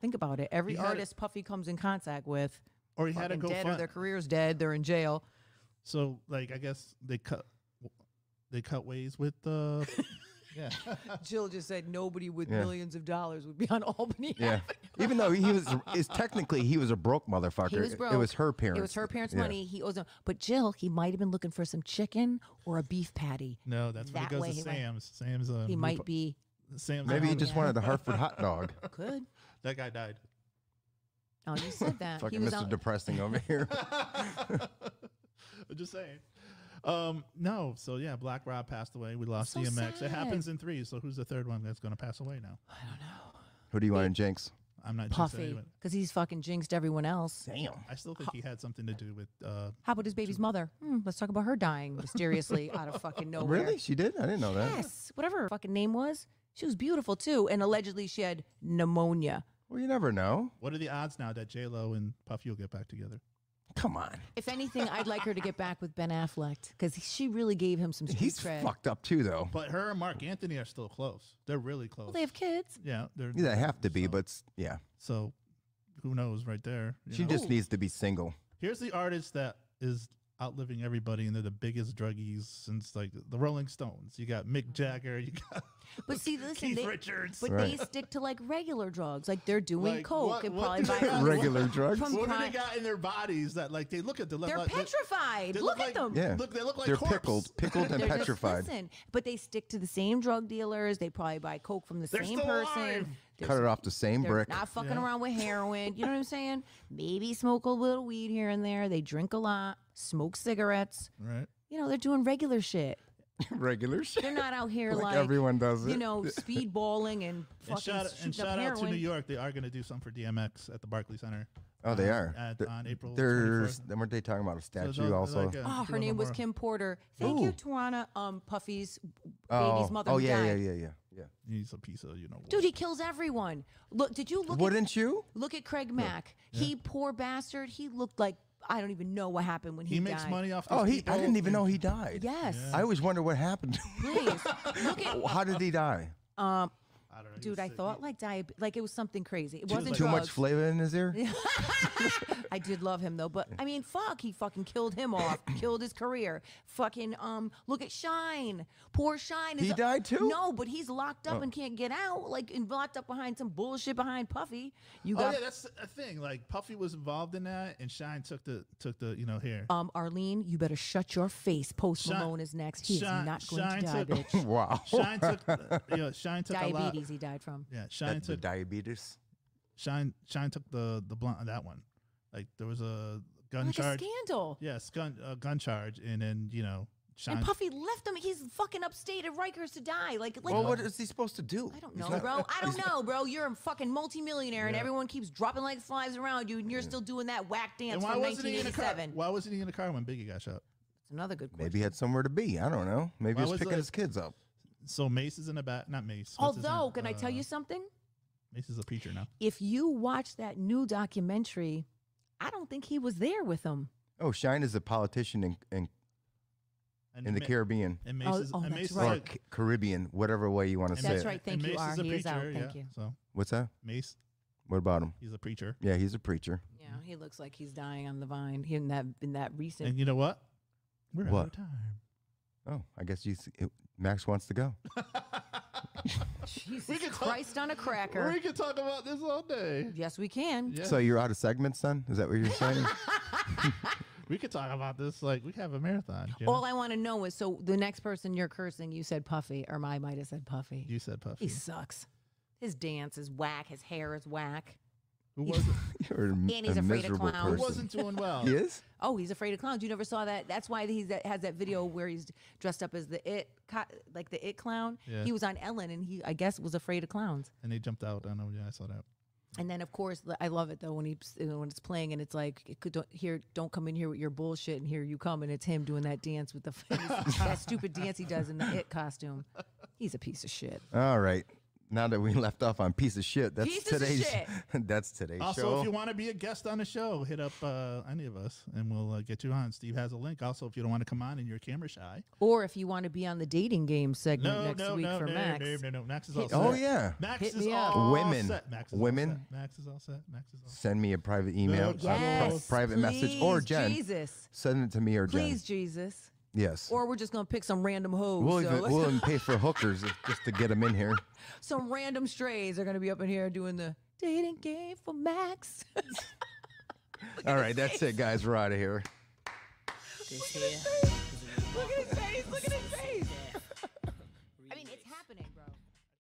Speaker 6: think about it. Every
Speaker 9: He had a-
Speaker 6: artist Puffy comes in contact with,
Speaker 9: Or he had to
Speaker 6: fucking
Speaker 9: go
Speaker 6: dead or
Speaker 9: find.
Speaker 6: their career's dead. They're in jail.
Speaker 9: So like I guess they cut they cut ways with the Yeah.
Speaker 6: Jill just said nobody with
Speaker 3: Yeah.
Speaker 6: millions of dollars would be on Albany.
Speaker 3: Yeah. Even though he was, is technically he was a broke motherfucker.
Speaker 6: He was
Speaker 3: It-
Speaker 6: broke.
Speaker 3: It was her parents.
Speaker 6: It was her parents'
Speaker 3: Yeah.
Speaker 6: money. He owes them. But Jill, he might have been looking for some chicken or a beef patty.
Speaker 3: Mm,
Speaker 9: No, that's when
Speaker 6: That
Speaker 9: he
Speaker 6: way
Speaker 9: goes to
Speaker 6: he might-
Speaker 9: Sam's. Sam's uh,
Speaker 6: He
Speaker 9: meat
Speaker 6: might
Speaker 9: pa-
Speaker 6: be
Speaker 9: Sam's
Speaker 3: Maybe he
Speaker 6: Oh,
Speaker 9: meat-
Speaker 3: just wanted the Hartford hot dog.
Speaker 6: good.
Speaker 9: that guy died.
Speaker 6: Oh, you said that. he
Speaker 3: Fucking
Speaker 6: was
Speaker 3: Mr.
Speaker 6: out-
Speaker 3: Depressing over here.
Speaker 9: I'm just saying. Um, no, so yeah, Black Rob passed away. We lost
Speaker 6: So
Speaker 9: DMX. It happens
Speaker 6: sad.
Speaker 9: in three. So who's the third one that's going to pass away now?
Speaker 3: Who do you want in Jinx?
Speaker 9: I'm not just saying
Speaker 6: puffy
Speaker 9: it.
Speaker 6: because he's fucking jinxed everyone else.
Speaker 3: Damn.
Speaker 9: I still think he had something to do with. Uh,
Speaker 6: How about his baby's mother? Hmm, let's talk about her dying mysteriously out of fucking nowhere.
Speaker 3: Really? She did? I didn't know that.
Speaker 6: Yes. Whatever her fucking name was. She was beautiful too. And allegedly she had pneumonia.
Speaker 3: Well, you never know.
Speaker 9: what are the odds now that J Lo and Puffy will get back together?
Speaker 3: Come on.
Speaker 6: If anything, I'd like her to get back with Ben Affleck because she really gave him some street
Speaker 3: He's
Speaker 6: cred.
Speaker 3: fucked up too, though.
Speaker 9: But her and Mark Anthony are still close. They're really close.
Speaker 6: Well, they have kids.
Speaker 9: yeah, they're
Speaker 3: Yeah, They have to be,
Speaker 9: so-
Speaker 3: but s- yeah.
Speaker 9: so who knows? Right there, you
Speaker 3: She
Speaker 9: know?
Speaker 3: just needs to be single.
Speaker 9: Here's the artist that is outliving everybody, and they're the biggest druggies since like the Rolling Stones. You got Mick Jagger, you got
Speaker 6: But see, listen,
Speaker 9: Keith
Speaker 6: Mm-hmm. they,
Speaker 9: Richards.
Speaker 6: but
Speaker 3: Right.
Speaker 6: they stick to like regular drugs. Like they're doing
Speaker 9: Like,
Speaker 6: coke
Speaker 9: what-
Speaker 6: and
Speaker 9: what
Speaker 6: probably
Speaker 9: do they
Speaker 6: buying
Speaker 9: have?
Speaker 6: other-
Speaker 3: Regular drugs?
Speaker 6: From
Speaker 9: what do they
Speaker 6: crime.
Speaker 9: got in their bodies that like they look at the
Speaker 6: They're
Speaker 9: like, they-
Speaker 6: petrified.
Speaker 9: they
Speaker 6: Look at
Speaker 9: like-
Speaker 6: them.
Speaker 3: Yeah.
Speaker 9: Look, they look like
Speaker 3: They're
Speaker 9: corpse.
Speaker 3: pickled, pickled and
Speaker 6: They're just-
Speaker 3: petrified.
Speaker 6: listen, but they stick to the same drug dealers. They probably buy coke from the
Speaker 9: They're
Speaker 6: same
Speaker 9: still
Speaker 6: person.
Speaker 9: alive.
Speaker 6: They're
Speaker 3: Cut it off the same
Speaker 6: They're
Speaker 3: brick.
Speaker 6: not fucking
Speaker 9: Yeah.
Speaker 6: around with heroin. You know what I'm saying? Maybe smoke a little weed here and there. They drink a lot, smoke cigarettes.
Speaker 9: Right.
Speaker 6: You know, they're doing regular shit.
Speaker 3: Regular shit.
Speaker 6: They're not out here
Speaker 3: Like
Speaker 6: like,
Speaker 3: everyone does
Speaker 6: You
Speaker 3: it.
Speaker 6: know, speedballing and fucking
Speaker 9: And shout, and
Speaker 6: shooting up
Speaker 9: shout out to
Speaker 6: heroin.
Speaker 9: New York. They are going to do something for DMX at the Barclay Center. uh,
Speaker 3: Oh, they are.
Speaker 9: at-
Speaker 3: Th-
Speaker 6: uh,
Speaker 9: on April
Speaker 3: There's,
Speaker 9: 24th.
Speaker 3: then weren't they talking about a
Speaker 9: So
Speaker 3: statue
Speaker 9: they'll- they'll
Speaker 3: also?
Speaker 9: like, uh,
Speaker 6: Oh,
Speaker 9: do a
Speaker 6: her name was
Speaker 9: memorial.
Speaker 6: Kim Porter. Thank you, Tawana. Um, Puffy's
Speaker 3: oh.
Speaker 6: baby's mother.
Speaker 3: oh,
Speaker 6: who
Speaker 3: yeah,
Speaker 6: died.
Speaker 3: yeah, yeah, yeah, yeah.
Speaker 9: He's a piece of you know.
Speaker 6: Dude, he kills everyone. Look, did you look? at,
Speaker 3: Wouldn't you?
Speaker 6: look at Craig Mack. He poor bastard. He looked like I don't even know what happened when he,
Speaker 9: he makes
Speaker 6: died.
Speaker 9: money off.
Speaker 3: Oh,
Speaker 9: these
Speaker 3: he, I didn't
Speaker 9: people.
Speaker 3: even know he died.
Speaker 6: Yes,
Speaker 3: I always wonder what happened.
Speaker 6: please look at.
Speaker 3: How did he die?
Speaker 9: I don't know, he
Speaker 6: Dude,
Speaker 9: was
Speaker 6: I
Speaker 9: sick.
Speaker 6: thought like diabetes, like it was something crazy. It wasn't
Speaker 3: Too much
Speaker 6: drugs.
Speaker 3: flavor in his ear?
Speaker 6: I did love him though, but I mean, fuck, he fucking killed him off, killed his career. Fucking um, look at Shine. Poor Shine. Is
Speaker 3: He
Speaker 6: a-
Speaker 3: died, too?
Speaker 6: No, but he's locked
Speaker 9: Oh.
Speaker 6: up and can't get out. Like and locked up behind some bullshit behind Puffy. You
Speaker 9: Oh
Speaker 6: got
Speaker 9: yeah, that's a thing. Like Puffy was involved in that, and Shine took the took the you know here.
Speaker 6: um Arlene. You better shut your face. Post
Speaker 9: Shine-
Speaker 6: Malone is next. He
Speaker 9: Shine-
Speaker 6: is not going
Speaker 9: Shine
Speaker 6: to die,
Speaker 9: took-
Speaker 6: bitch.
Speaker 3: wow.
Speaker 9: Shine took uh, you know, Shine took a lot.
Speaker 6: Diabetes. He died from.
Speaker 9: Yeah, Shine
Speaker 3: That's the
Speaker 9: took
Speaker 3: diabetes.
Speaker 9: Shine Shine took the the blunt on that one. Like there was a gun
Speaker 6: Like a
Speaker 9: charge.
Speaker 6: scandal.
Speaker 9: Yes, gun uh, gun charge, and then you know Shine.
Speaker 6: And Puffy left him. He's fucking upstate at Rikers to die. Like, like
Speaker 3: Well, what is he supposed to do?
Speaker 6: I don't know, bro. I don't know, bro. You're a fucking multimillionaire, and everyone keeps dropping like flies around you, and you're still doing that whack dance
Speaker 9: and why
Speaker 6: from
Speaker 9: wasn't he in a car?
Speaker 6: 1987.
Speaker 9: Why wasn't he in a car when Biggie got shot?
Speaker 6: It's another good question.
Speaker 3: Maybe he had somewhere to be. I don't know. Maybe
Speaker 9: Why
Speaker 3: he was
Speaker 9: was,
Speaker 3: picking
Speaker 9: like-
Speaker 3: his kids up.
Speaker 9: So Mace is in the back. Not Mace. what's his
Speaker 6: Although,
Speaker 9: name?
Speaker 6: can I tell you
Speaker 9: Uh,
Speaker 6: something?
Speaker 9: Mace is a preacher now.
Speaker 6: If you watch that new documentary, I don't think he was there with him.
Speaker 3: Oh, Shine is a politician in, in,
Speaker 9: And
Speaker 3: in the
Speaker 9: Ma-
Speaker 3: Caribbean
Speaker 9: And Mace
Speaker 6: Oh,
Speaker 9: is.
Speaker 6: oh,
Speaker 9: and
Speaker 6: that's
Speaker 9: Mace is
Speaker 6: right.
Speaker 3: or
Speaker 9: a-
Speaker 3: C- Caribbean, whatever way you want to
Speaker 9: and
Speaker 3: say
Speaker 6: That's
Speaker 3: it.
Speaker 6: right.
Speaker 9: and
Speaker 6: Thank you,
Speaker 9: Mace
Speaker 6: R.
Speaker 9: Is a
Speaker 6: He is out.
Speaker 9: preacher,
Speaker 6: Thank
Speaker 9: yeah.
Speaker 6: you.
Speaker 9: So
Speaker 3: What's that?
Speaker 9: Mace,
Speaker 3: What about him?
Speaker 9: he's a preacher.
Speaker 3: Yeah, he's a preacher.
Speaker 6: Yeah, he looks like he's dying on the vine in that in that recent.
Speaker 9: And you know what? We're out of
Speaker 3: What?
Speaker 9: time.
Speaker 3: Oh, I guess you. s- It, Max wants to go.
Speaker 6: Jesus
Speaker 9: We could talk-
Speaker 6: Christ on a cracker.
Speaker 9: We could talk about this all day.
Speaker 6: Yes, we can.
Speaker 9: Yeah.
Speaker 3: So you're out of segments, then? Is that what you're saying?
Speaker 9: We could talk about this like we have a marathon. you know?
Speaker 6: All I want to know is so the next person you're cursing, you said Puffy, or I might have said Puffy.
Speaker 9: you said
Speaker 6: He
Speaker 9: Puffy.
Speaker 6: sucks. His dance is whack. His hair is whack.
Speaker 9: Who wasn't,
Speaker 3: you're a, m-
Speaker 6: And he's
Speaker 3: a
Speaker 6: afraid of
Speaker 3: miserable
Speaker 6: clowns.
Speaker 9: who
Speaker 3: person.
Speaker 9: wasn't doing well?
Speaker 3: He is.
Speaker 6: Oh, he's afraid of clowns. You never saw that. That's why he has that video where he's dressed up as the it, co- like the it clown.
Speaker 9: Yeah.
Speaker 6: He was on Ellen, and he, I guess, was afraid of clowns.
Speaker 9: And they jumped out. I know. Yeah, I saw that.
Speaker 6: And then, of course, the- I love it though when he when it's playing, and it's like, it could don't, here, don't come in here with your bullshit, and here you come, and it's him doing that dance with the that stupid dance he does in the it costume. He's a piece of shit.
Speaker 3: All right. Now that we left off on piece of shit, that's
Speaker 6: Pieces of
Speaker 3: today's.
Speaker 6: shit.
Speaker 3: that's today's
Speaker 9: Also,
Speaker 3: show.
Speaker 9: if you want to be a guest on the show, hit up uh, any of us and we'll uh, get you on. Steve has a link. Also, if you don't want to come on and you're camera shy,
Speaker 6: Or if you want to be on the dating game segment
Speaker 9: no,
Speaker 6: next
Speaker 9: no,
Speaker 6: week
Speaker 9: no,
Speaker 6: for
Speaker 9: no,
Speaker 6: Max.
Speaker 9: no, no, no. Max is all set.
Speaker 3: Oh, yeah.
Speaker 9: Max
Speaker 6: Hit
Speaker 9: is
Speaker 6: me up.
Speaker 9: all
Speaker 3: Women.
Speaker 9: set. Max is
Speaker 3: Women.
Speaker 9: All set. Max is all set. Max is all set.
Speaker 3: Send me a private email,
Speaker 9: No,
Speaker 3: a pri-
Speaker 6: Yes,
Speaker 3: private message, or
Speaker 6: please,
Speaker 3: Jen.
Speaker 6: Jesus.
Speaker 3: Send it to me or Jen.
Speaker 6: Please, Jesus.
Speaker 3: Yes.
Speaker 6: Or we're just gonna pick some random hoes.
Speaker 3: we'll
Speaker 6: so
Speaker 3: even,
Speaker 6: let's-
Speaker 3: we'll even pay for hookers if- just to get them in here.
Speaker 6: some random strays are gonna be up in here doing the dating game for Max.
Speaker 3: All right, that's it, guys. We're out of here.
Speaker 6: look at his face. Look at his face.